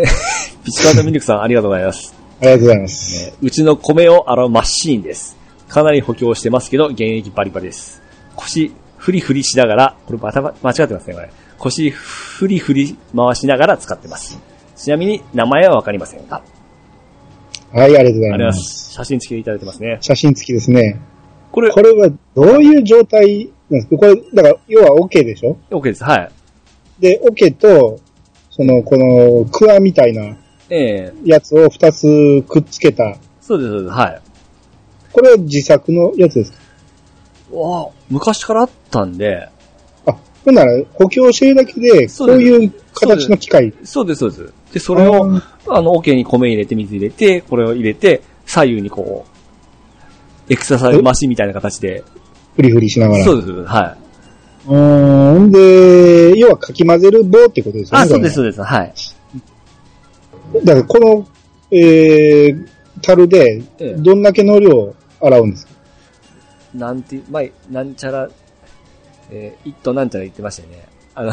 S2: ピチカートミルクさん、ありがとうございます。
S1: ありがとうござい ます。
S2: えーうちの米を洗うマシーンです。かなり補強してますけど、現役バリバリです。腰、フリフリしながら、これまた間違ってますね、これ。腰、フリフリ回しながら使ってます。ちなみに、名前はわかりませんかあり
S1: はい、ありがとうござい
S2: がとうござい
S1: ま。
S2: ますす。写真付きでいただいてますね。
S1: 写真付きですね。
S2: これ、
S1: これはどういう状態なんですかこれ、だから、要は OK でしょ
S2: OK です。はい。
S1: で、OK と、その、この、クワみたいな、
S2: ええ
S1: やつを二つくっつけた。
S2: そうです、そうです、はい。
S1: これは自作のやつですか
S2: わあ、昔からあったんで、
S1: あ、ほんなら補強してるだけで、こ
S2: そう
S1: う
S2: です
S1: いう形の機械。
S2: そうです、そうです。で、それを、
S1: あ
S2: あの、桶に米入れて、水入れて、これを入れて、左右にこう、エクササイズマシンみたいな形で。
S1: フリフリしながら。
S2: そうです、はい。
S1: うーん。で、要はかき混ぜる棒ってことですよね。
S2: あ、
S1: こ
S2: そう
S1: れ
S2: です、そうです、はい。
S1: だからこの、えー、樽で、
S2: ええ
S1: どんだけの量を洗うんですか
S2: なんて、まあ、なんちゃら、えー、一頭なんちゃら言ってましたよね。あの、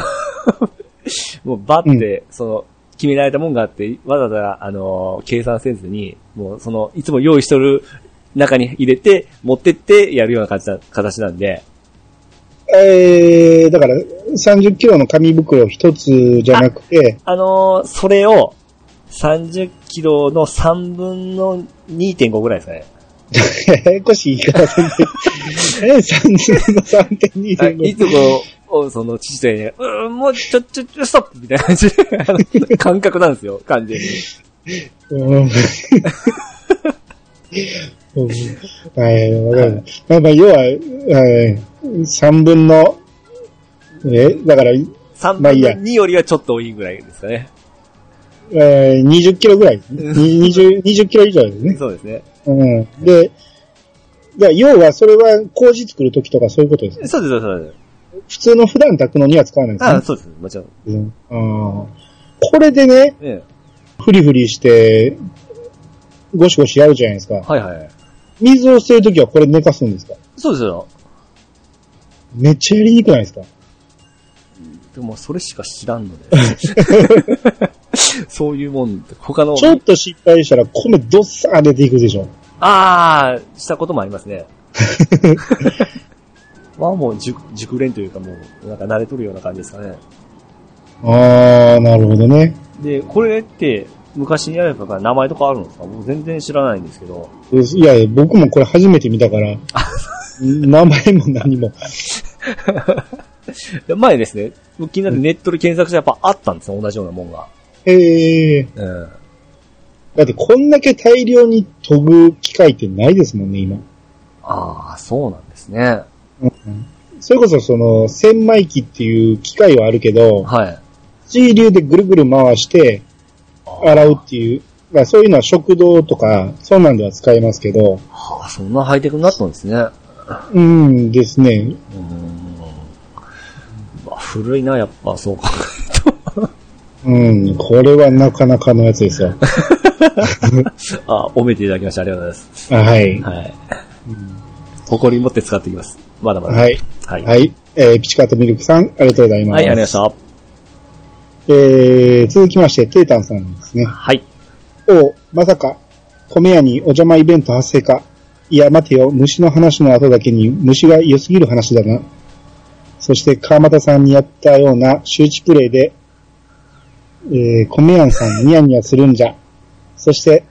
S2: もうバッて、その、決められたもんがあって、わざわざ、あのー計算せずに、もうその、いつも用意しとる中に入れて、持ってってやるような形な形なんで、
S1: えー、だから、30キロの紙袋一つじゃなくて、
S2: あのーそれを、30キロの3分の2.5ぐらいですかね。
S1: ややこしい言い方せんで えー、30の3.2
S2: あ
S1: で
S2: いつも、おその、父とやりながら、うん、もう、ちょ、ちょ、ちょ、ストップみたいな感じで、あの感覚なん ですよ、完全に。
S1: うん。うんはい、わかる。まあまあ、要は、はい、3分の、え、だから、えま
S2: 3分の
S1: あいいや
S2: 2よりはちょっと多いぐらいですかね。
S1: ー20キロぐらいですね。に 20, 20キロ以上ですね。
S2: そうですね。
S1: うん。で、だから要は、それは麹作るときとかそういうことですね。
S2: そうです、そうです。
S1: 普通の普段炊くのには使わないんです
S2: あ
S1: ね
S2: そうです、もちろん。。
S1: うんあーこれでね、
S2: え
S1: フリフリして、ゴシゴシやるじゃないですか。
S2: はいはい。
S1: 水を捨てるときはこれ寝かすんですか
S2: そうですよ。
S1: めっちゃやりにくくないですか
S2: でも、それしか知らんので。 そういうもん、他の、
S1: ちょっと失敗したら米どっさー出ていくでしょ。
S2: ああ、したこともあります ね。まあもう熟、熟練というかもう、なんか慣れとるような感じですかね。
S1: あー、なるほどね。
S2: で、これって、昔にやれば名前とかあるんですか僕全然知らないんですけど。
S1: いやいや、僕もこれ初めて見た から、名前も何も。
S2: で前ですね、僕気になってネットで検索したらやっぱあったんですよ、同じようなもんが。
S1: えー、
S2: うん。
S1: だってこんだけ大量に研ぐ機会ってないですもんね、今。
S2: ああ、そうなんですね。
S1: それこそその、千枚機っていう機械はあるけど、
S2: はい。
S1: 水流でぐるぐる回して洗うっていう、まあそういうのは食堂とか、そうなんでは使えますけど、
S2: はあ、そんなハイテクになったんですね。う
S1: うんですね。
S2: ーん。うわ古いな、やっぱ、そうか。
S1: うん、これはなかなかのやつです よ。
S2: あ褒めていただきましてありがとうございます。
S1: あはい。
S2: はい。誇り持って使っていきます。まだまだ。
S1: は
S2: はい。
S1: い。
S2: はい。は、
S1: はいい。えー、ピチカートミルクさん、ありがとうございます。
S2: ありがとうございまし
S1: えー、続きまして、テータンさんですね
S2: た。。はい。
S1: おうまさか、米屋にお邪魔イベント発生か。いや、待てよ、虫の話の後だけに虫が良すぎる話だな。そして、川又さんにやったような周知プレイで、えー、米屋さんニヤニヤするんじゃ。そして、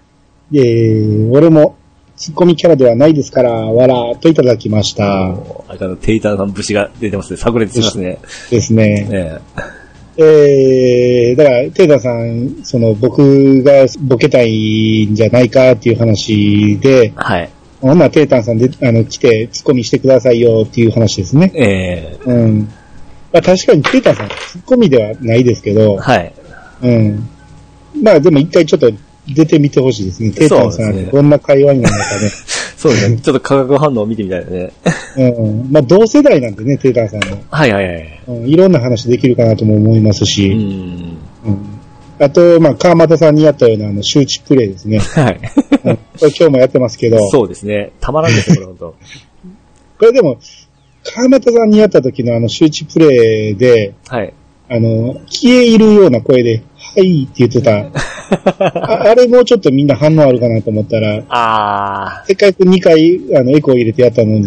S1: えー、俺もツッコミキャラではないですから、わらーといただきました。
S2: もうあれかの、テイターさん節が出てますね。炸裂しますね。
S1: ですね。
S2: え
S1: えー、だから、テータさん、その、僕がボケたいんじゃないかっていう話で
S2: え、はい。
S1: ほんならテータンさんで、あの、来て、ツッコミしてくださいよっていう話ですね。
S2: ええ
S1: うん。まあ確かにテータンさん、ツッコミではないですけど、
S2: はい。
S1: うん。まあでも一回ちょっと出てみてほしいですね。テータン
S2: そ
S1: さ、
S2: うんですね
S1: どんな会話になるのかね。
S2: そうです ね。ちょっと化学反応を見てみたいですね。
S1: うん。まあ同世代なんでね、テータンさんも。
S2: はいはいはい。
S1: うん、いろんな話できるかなとも思います
S2: う
S1: し、
S2: ん。
S1: うん。あと、まあ、川又さんにやったような、あの、周知プレイです ね。
S2: はい。
S1: うんこれ今日もやってますけど、
S2: そうですね。たまらんです よ、これ本当。
S1: これでも、川又さんに会った時のあの周知プレイで、
S2: はい。
S1: あの、消え入るような声で、はいって言ってた。ああれもうちょっとみんな反応あるかなと思ったら、
S2: あ
S1: せっかく2回、あの、エコー入れてやったの に。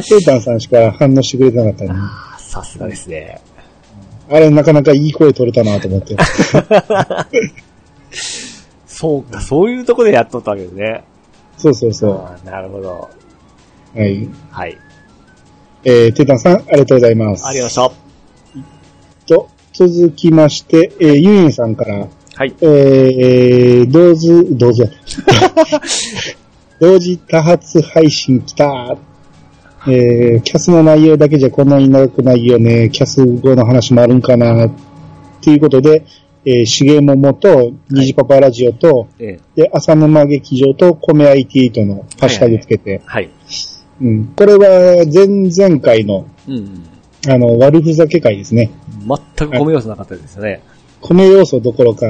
S1: セータンさんしか反応してくれてなかったのに。
S2: ー、さすがですね。
S1: あれなかなかいい声取れたなと思って。
S2: そうか、そういうとこでやっとったわけですね。
S1: そうそうそ
S2: あーなるほど。
S1: う。はい。
S2: はい。
S1: えー、テータンさん、ありがとうございます。
S2: ありがとうございまし
S1: と、続きまして、えー、ユインさんから、
S2: はい。
S1: えー、同時、同時やった。同時多発配信来た。えー、キャスの内容だけじゃこんなに長くないよね。キャス後の話もあるんかな。っていうことで、えー、しげももと、にじパパラジオと、
S2: ええ
S1: で、浅沼劇場と、米 IT とのハッシュタグつけて、
S2: はい。
S1: うん。これは、前々回の、
S2: うんうん。
S1: あの、悪ふざけ会ですね。
S2: 全く米要素なかったですね。
S1: 米要素どころか、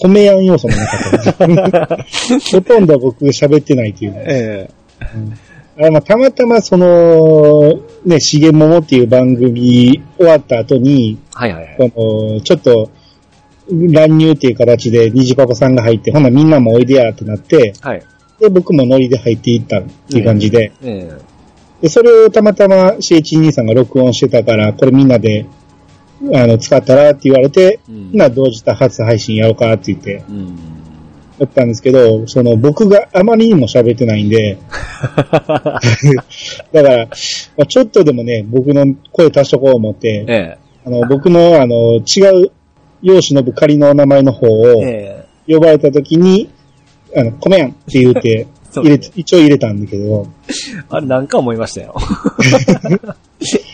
S1: 米やん要素もなかった です。ほとんど僕喋ってないという。
S2: え
S1: あまあ、たまたまその、ね、しげももっていう番組終わった後に、
S2: はいはいはい。
S1: この、ちょっと、乱入っていう形で、にじパパさんが入って、ほなみんなもおいでやってなって、
S2: はい。
S1: で、僕もノリで入っていったっていう感じで、
S2: ええ
S1: で、それをたまたま CH 兄さんが録音してたから、これみんなで、あの、使ったらって言われて、
S2: うん
S1: な、同時多発配信やろうかって言って、
S2: うん。
S1: だったんですけど、その僕があまりにも喋ってないん で、だから、まあちょっとでもね、僕の声足しとこう思って、
S2: え
S1: あの僕のあの違う、楊忍仮のお名前の方
S2: え
S1: を
S2: え
S1: 呼ばれた時に、あの、ごめんって言って、
S2: そう
S1: 入
S2: ね
S1: れて一応入れたんだけど、
S2: えあれなんか思いま したよ。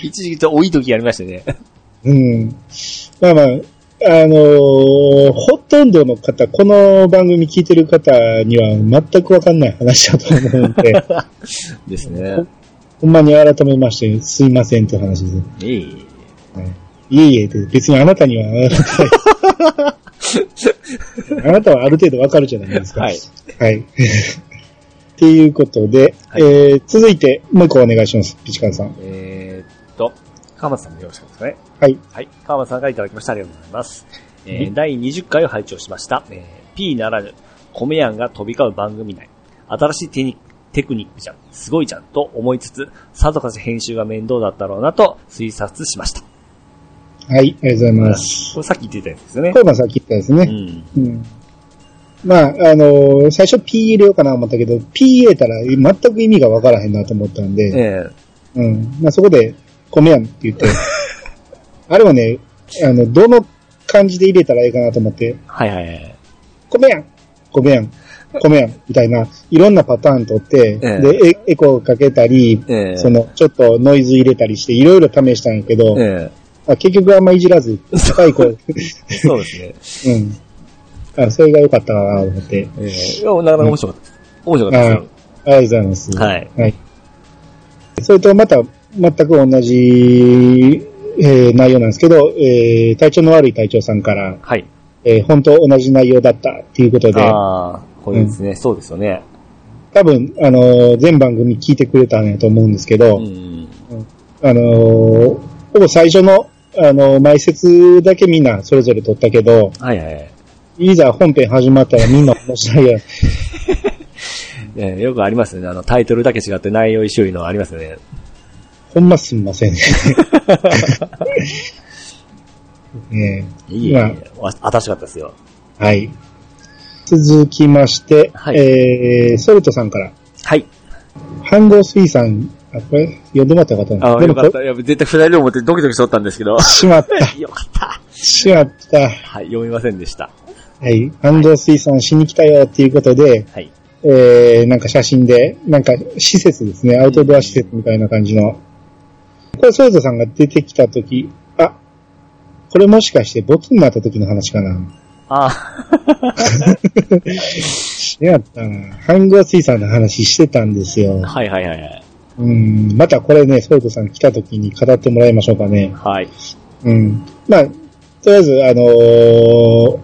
S2: 一時期ちょっと多い時やりましたね。
S1: うん。まあまあ、あのーほとんどの方、この番組聞いてる方には全くわかんない話だと思うん で、
S2: ですね。
S1: ほんまに改めまして、すいませんって話です。
S2: ええ
S1: いえいえって、別にあなたには、 あなたはある程度わかるじゃないですか。
S2: はい。
S1: はい。 っていうことで、
S2: はい
S1: えー続いて、もう一個お願いします。ピチカンさん。
S2: えーっと、川松さんもよろしくですかね。
S1: はい。
S2: はい。川松さんからいただきました。ありがとうございます。えー第20回を拝聴しました。えー P ならぬ、米やんが飛び交う番組内。新しいテニテクニックじゃん。すごいじゃん。と思いつつ、さぞかし編集が面倒だったろうなと推察しました。
S1: はい、ありがとうございます。
S2: これさっき言ってたやつですね
S1: こ。れまあさっき言ったですね。
S2: うん。
S1: うんまあ、あのー最初 P 入れようかな思ったけど、P 入れたら全く意味がわからへんなと思ったん
S2: え
S1: で、
S2: え
S1: うん。まあそこで、米やんって言 って、あれはね、あの、どの感じで入れたらいいかなと思って、
S2: はいはいはい。
S1: 米やん米やん米やんみたいな、いろんなパターン取って、
S2: ええ
S1: で、エエコーかけたり、
S2: ええ
S1: その、ちょっとノイズ入れたりして、いろいろ試したんやけど、
S2: え
S1: まあ結局あんまいじらず、高い声、
S2: えそうですね。
S1: うん。あそれが良かったなと思って。
S2: ええいやなかなか面白かったです。面白かった
S1: あ
S2: ですよ。
S1: りがとうございます。
S2: はい。
S1: はい。それとまた、全く同じ、えー内容なんですけど、えー体調の悪い隊長さんから、
S2: はい。
S1: えー本当同じ内容だったっていうことで、
S2: ああ、これですね。そうですよね。
S1: 多分、あのー全番組聞いてくれたんやと思うんですけど、
S2: うん。
S1: あのーほぼ最初の、あのー前説だけみんなそれぞれ撮ったけど、
S2: はいはいはい。
S1: いざ本編始まったらみんな同じ内容 や。
S2: えーよくありますよね。あの、タイトルだけ違って内容一緒いうのはありますよね。
S1: ほんますみま せんね。 ねえ
S2: いい
S1: まあ
S2: ね。わ新しかったですよ。
S1: はい。続きまして、
S2: はい
S1: えー、ソルトさんから、
S2: はい。
S1: ハンゴスイさん、あ、これ、読んでもらった方な
S2: あよ
S1: こ
S2: かっ
S1: れ
S2: た。いや、絶対二人で思ってドキドキしとったんですけど。
S1: しまった、
S2: よかった。
S1: しまった。
S2: はい、読みませんでした。
S1: はい。ハンゴスイさんしに来たよっていうことで、
S2: はい。
S1: えー、なんか写真で、なんか施設ですね、アウトドア施設みたいな感じの。これ、ソルトさんが出てきたとき、あ、これもしかしてボツになった時の話かな。
S2: あ
S1: しやったな。ハンゴスイさんの話してたんですよ
S2: あ、。はいはいはいはい。
S1: うんまたこれね、ソルトさん来た時に語ってもらいましょうかね。
S2: はい。
S1: うん。まあ、とりあえず、あのー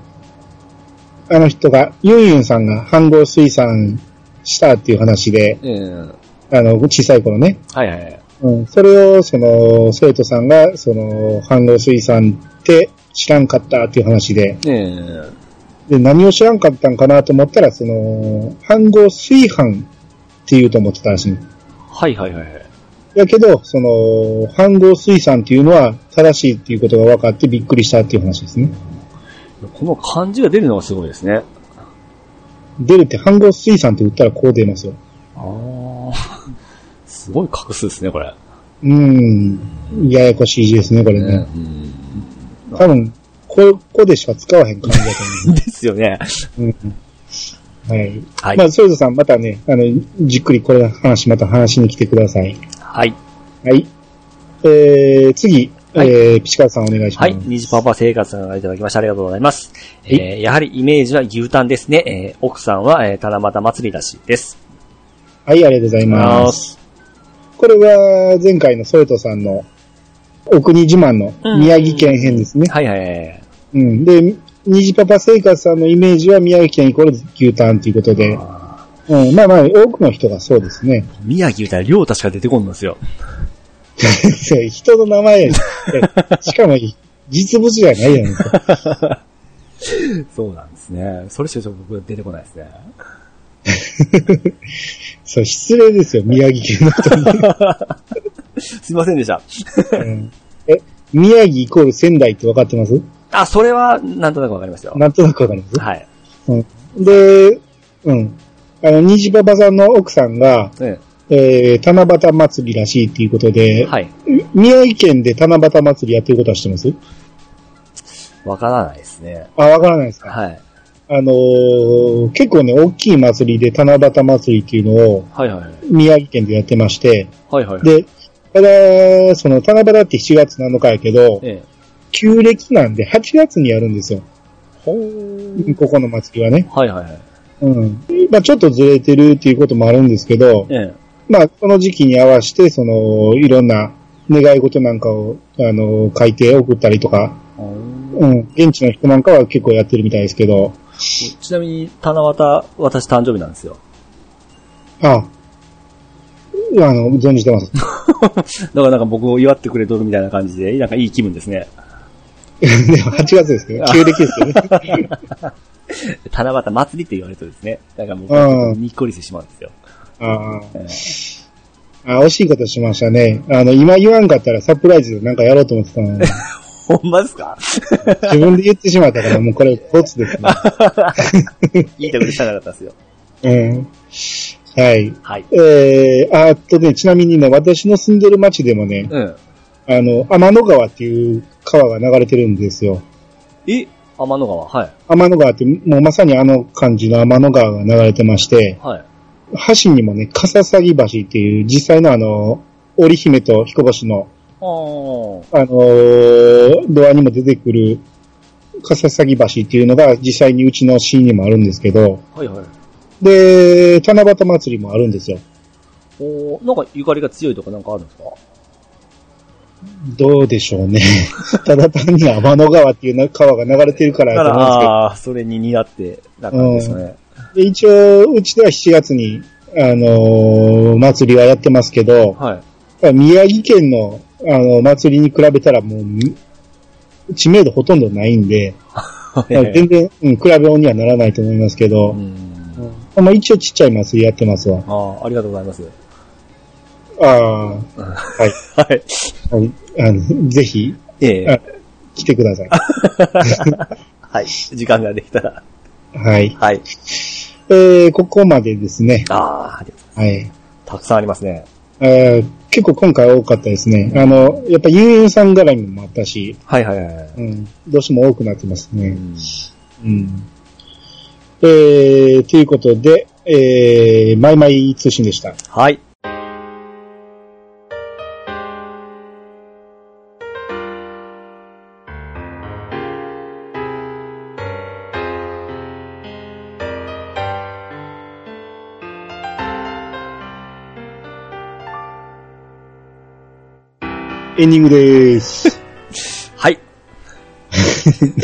S1: あの人が、ユンユンさんが半合水産したっていう話で、
S2: うん。は
S1: あの、小さい頃ね。
S2: いはいはい。
S1: うん。それを、その、生徒さんが、その、半合水産って知らんかったっていう話で、
S2: うん。
S1: で、何を知らんかったんかなと思ったら、その、半合水飯って言うと思ってたらしい。
S2: はいはいはいはい。
S1: やけど、その、半合水産っていうのは正しいっていうことが分かってびっくりしたっていう話ですね。
S2: この漢字が出るのがすごいですね。
S1: 出るって半合水産って言ったらこう出ますよ。
S2: ああ。 すごい画数ですね、これ。
S1: うーん。ややこしい字ですね、これ
S2: ね
S1: ね。
S2: うん。
S1: 多分、ここでしか使わへん感じだと
S2: ですよね。
S1: 思う。うん、はい。
S2: はい
S1: ま。あ、ソルトさん、またね、あの、じっくりこれの話、また話しに来てください。
S2: はい。
S1: はい。えー、次、
S2: はい
S1: えー、ピチカーさんお願いします。
S2: はい。虹パパ生活さんからいただきましてありがとうございます。
S1: はい
S2: えーやはりイメージは牛タンですね。えー奥さんは、えー、七夕祭りらしいです。
S1: はい、ありがとうございます。これは、前回のソルトさんの、お国自慢の宮城県編ですね。
S2: はいはいはい。
S1: うん。で、虹パパ生活さんのイメージは宮城県イコール牛タンということで、
S2: あ
S1: うん、まあまあ、多くの人がそうですね。
S2: ー宮城言うたら亮太しか出てこんのですよ。
S1: 人の名前やし、しかも、実物じゃないやんか。
S2: そうなんですね。それしか僕出てこないですね。
S1: そう、失礼ですよ、宮城県の人に。
S2: すいませんでした。
S1: うんえ、宮城イコール仙台って分かってます
S2: あ、それはなんとなくわかりますよ。
S1: なんとなく分かります、
S2: はい。
S1: うん、で、うん。あの、虹パパさんの奥さんが、
S2: うん
S1: えー、七夕祭りらしいっていうことで、
S2: はい。
S1: 宮城県で七夕祭りやってることは知ってます
S2: わからないですね。
S1: あ、わからないですか、
S2: はい。
S1: あのー結構ね、大きい祭りで七夕祭りっていうのを
S2: はいはいはい。
S1: 宮城県でやってまして、
S2: はいはいはい。
S1: で、ただ、その七夕って7月7日やけど、
S2: ええ。
S1: 旧暦なんで8月にやるんですよ。
S2: ほー。
S1: ここの祭りはね。
S2: はいはいはい。
S1: うん。まあちょっとずれてるっていうこともあるんですけど、
S2: ええ。
S1: まあこの時期に合わせて、その、いろんな願い事なんかを、あの、書いて送ったりとか、
S2: ほー
S1: うん、現地の人なんかは結構やってるみたいですけど、
S2: ちなみに、七夕、私誕生日なんですよ。
S1: あ、あの、存じてます。
S2: だからなんか僕を祝ってくれとるみたいな感じで、なんかいい気分ですね。
S1: でも8月ですけど、旧暦ですよね。
S2: 七夕祭りって言われるとですね、なんか僕
S1: うん
S2: にっこりしてしまうんですよ。
S1: あー
S2: ええ
S1: あ、惜しいことしましたね。あの、今言わんかったらサプライズでなんかやろうと思ってたのに、
S2: ほんまで すか
S1: 自分で言ってしまったからもうこれボツです
S2: いいとこでしたなかったですよ。
S1: ね。うん。はい。
S2: はい。
S1: えー、ああとね、ちなみにね、私の住んでる町でもね、
S2: うん。
S1: あの、天の川っていう川が流れてるんですよ。
S2: え天の川はい。
S1: 天の川ってもうまさにあの感じの天の川が流れてまして、
S2: はい。
S1: 橋にもね、笠さぎ橋っていう実際のあの、織姫と彦星の
S2: あー。
S1: あのードアにも出てくる、笠崎橋っていうのが実際にうちのシーンにもあるんですけど、
S2: はいはい。
S1: で、七夕祭りもあるんですよ。
S2: おーなんかゆかりが強いとかなんかあるんですか
S1: どうでしょうね。 ただ単に天の川っていうな川が流れてるから
S2: だ
S1: や
S2: か
S1: と
S2: ら、
S1: 思うんで
S2: あーそれに似合って、なんかあるんですかね。
S1: すけど、で一応、うちでは7月に、あのー祭りはやってますけど、
S2: はい。
S1: 宮城県の、あの、祭りに比べたらもう、知名度ほとんどないんで、 全然、うん、比べようにはならないと思いますけど、
S2: うん
S1: まあ、一応ちっちゃい祭りやってますわ。
S2: ああ、ありがとうございます。
S1: ああ、はい。
S2: はい。
S1: はいあの、ぜひ、
S2: え
S1: あ
S2: え。
S1: 来てくださ い。
S2: はい。時間ができたら。
S1: はい。
S2: はい。
S1: えー、ここまでですね。
S2: ああ、ありがとう
S1: はい。
S2: たくさんありますね。
S1: えー結構今回多かったですね。あの、やっぱユーユンさん絡みもあったし、
S2: はいはいはいはい。
S1: うん、どうしても多くなってます
S2: う
S1: ね。
S2: ん
S1: うん。えー、ということで、えー、マイマイ通信でした。
S2: はい。
S1: エンディングでーす。
S2: はい。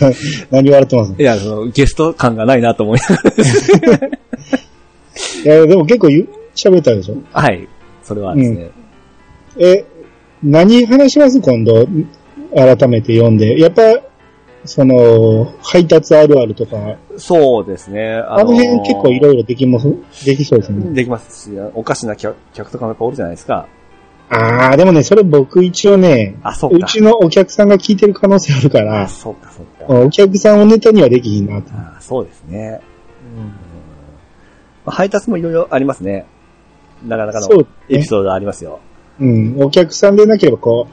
S1: な 何笑ってます
S2: いや、その、ゲスト感がないなと思いなが
S1: いや、でも結構言う喋ったでしょ
S2: らはい。それはですね。
S1: え、何話します今度、改めて読んで。やっぱ、その、配達あるあるとか、
S2: そうですね。
S1: あ
S2: あ
S1: の辺結構いろ
S2: い
S1: いろできます、できそうですね。
S2: できますし、おかしな客客とかもやっぱおるじゃないですか。
S1: あー、でもね、それ僕一応ね、
S2: あ、そう
S1: う
S2: か。
S1: ちのお客さんが聞いてる可能性あるか
S2: あ、
S1: ら、
S2: そうか、そうか。
S1: お客さんをネタにはできひんなと。
S2: あそうですね。まあ配達もいろいろありますね。なかなか
S1: そう
S2: の
S1: ね
S2: エピソードありますよ。
S1: うん、お客さんでなければこ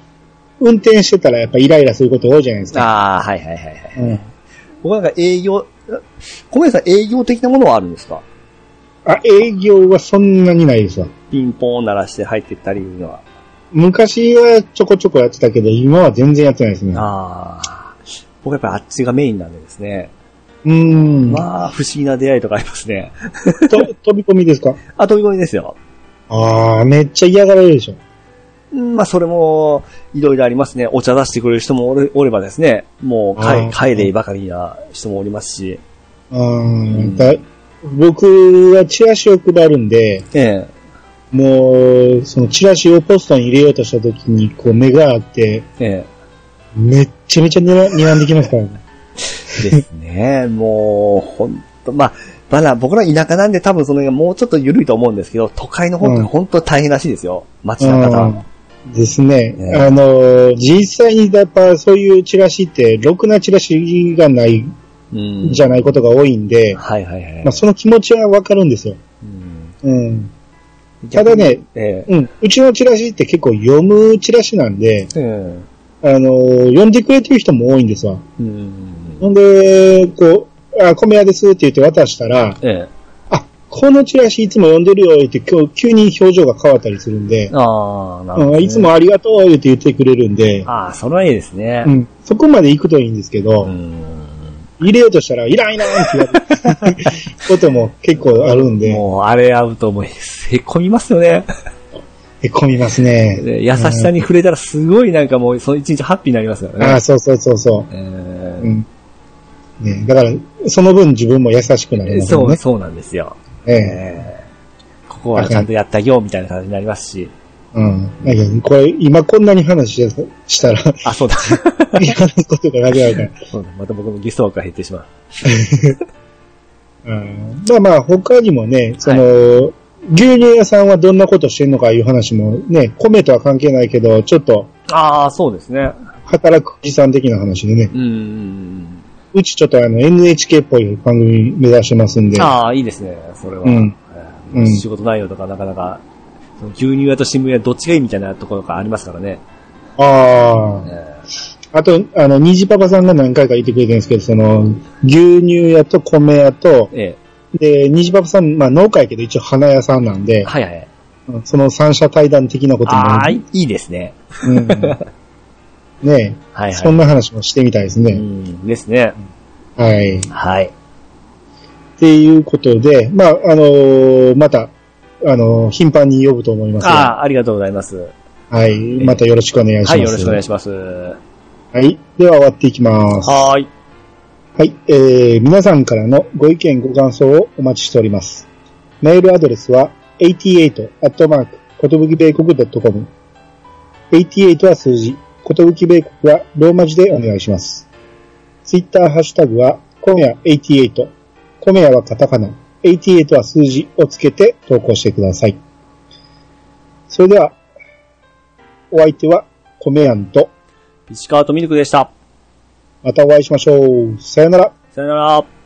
S1: う、運転してたらやっぱイライラすること多いじゃないですか。
S2: ああ、はいはいはいはい。
S1: うん。
S2: 僕なんか営業、小林さん営業的なものはあるんですか
S1: あ、営業はそんなにないですわ。
S2: ピンポーン鳴らして入ってったりいうのは。
S1: 昔はちょこちょこやってたけど、今は全然やってないですね。
S2: ああ。僕やっぱりあっちがメインなんでですね。
S1: うーん。
S2: まあ、不思議な出会いとかありますね。
S1: と飛び込みですか
S2: あ、飛び込みですよ。
S1: ああ、めっちゃ嫌がられるでしょ。
S2: うんまあ、それも、いろいろありますね。お茶出してくれる人もおれおればですね、も
S1: う
S2: う帰
S1: ん、
S2: 帰ればかりな人もおりますし、
S1: うー
S2: うん
S1: ん。だ僕はチラシを配るんで、
S2: え
S1: もう、そのチラシをポストに入れようとした時に、こう目があって、
S2: え、 え
S1: めっちゃめちゃにら睨んできますからね。
S2: え。ですね。もう、ほんと、まあ、まだ僕ら田舎なんで多分その辺がもうちょっと緩いと思うんですけど、都会の方って
S1: うん
S2: 本当大変らしいですよ。街の方は。
S1: うんですね。
S2: ね
S1: あの、実際にやっぱそういうチラシって、ろくなチラシがない、
S2: うん。
S1: じゃないことが多いんで、
S2: はいはいはい。
S1: まあ、その気持ちはわかるんですよ。
S2: うん
S1: うん。ただね、
S2: ええ。
S1: うん。うちのチラシって結構読むチラシなんで、
S2: うん。
S1: あの、読んでくれてる人も多いんですわ。
S2: うん。
S1: ほんで、こう、あ、米屋ですって言って渡したら、
S2: ええ。
S1: あ、このチラシいつも読んでるよって今日急に表情が変わったりするんで、
S2: ああ、なるほど、
S1: うん、
S2: ね。
S1: いつ。もありがとうって言ってくれるんで、
S2: ああ、それはいいですね。
S1: うん、そこまで行くといいんですけど、
S2: うん
S1: 入れようとしたら、いらんいらんって言われることも結構あるんで、
S2: もう、あれ合うともう、へこみます よね。
S1: へこみますね。
S2: で優しさに触れたらすごいなんかもう、その一日ハッピーになりますからね。
S1: ああ、そうそうそうそ
S2: え
S1: う。
S2: ー
S1: うんね、だから、その分自分も優しくなります
S2: そ
S1: よ
S2: う、
S1: ね。
S2: そうなんですよ。
S1: ええ
S2: えーここはちゃんとやったよ、みたいな感じになりますし。
S1: うん。だけど、これ、今こんなに話ししたら、
S2: あ、そうだ。
S1: 話すことがなくなるから。
S2: そうだ。また僕もゲスト枠が減ってしまう。
S1: うんまあまあ、他にもね、その、牛乳屋さんはどんなことしてんのかいう話もね、米とは関係ないけど、ちょっと
S2: ああ、そうですね。
S1: 働くおじさん的な話でね、
S2: うんうんうん。
S1: うちちょっとあの NHK っぽい番組目指してますんで、
S2: ああ、いいですね、それは。
S1: うん
S2: えー
S1: うん
S2: 仕事内容とかなかなか、その牛乳屋と新聞屋どっちがいいみたいなところがありますからね。
S1: あ
S2: え
S1: ー
S2: ー
S1: あと、あの、虹パパさんが何回か言ってくれてるんですけど、その、牛乳屋と米屋と、
S2: え
S1: で、虹パパさん、まあ農家やけど一応花屋さんなんで
S2: ー、はいはい。
S1: うんその三者対談的なことも
S2: ああ、
S1: る
S2: いいですね。
S1: うん、ね
S2: はい
S1: え、
S2: は
S1: そ
S2: い。
S1: んな話もしてみたいです
S2: う
S1: ね。
S2: ん、ですね。
S1: はい。
S2: はい。
S1: っていうことで、まあ、あのーまた、あのー頻繁に呼ぶと思います
S2: あ
S1: が、
S2: あ、ありがとうございます。は
S1: はい。またよろしくお願いします。
S2: い、よろしくお願いします。は
S1: はい。では終わっていきます。
S2: ーい。
S1: はい。えー、皆さんからのご意見、ご感想をお待ちしております。メールアドレスは、88-, ことぶき米国 .com。88は数字、ことぶき米国はローマ字でお願いします。ツイッターハッシュタグは、今夜88、今夜はカタカナ、88は数字をつけて投稿してください。それでは、お相手は、コメヤンと、
S2: ピチカートミルクでした。
S1: またお会いしましょう。さよなら。
S2: さよなら。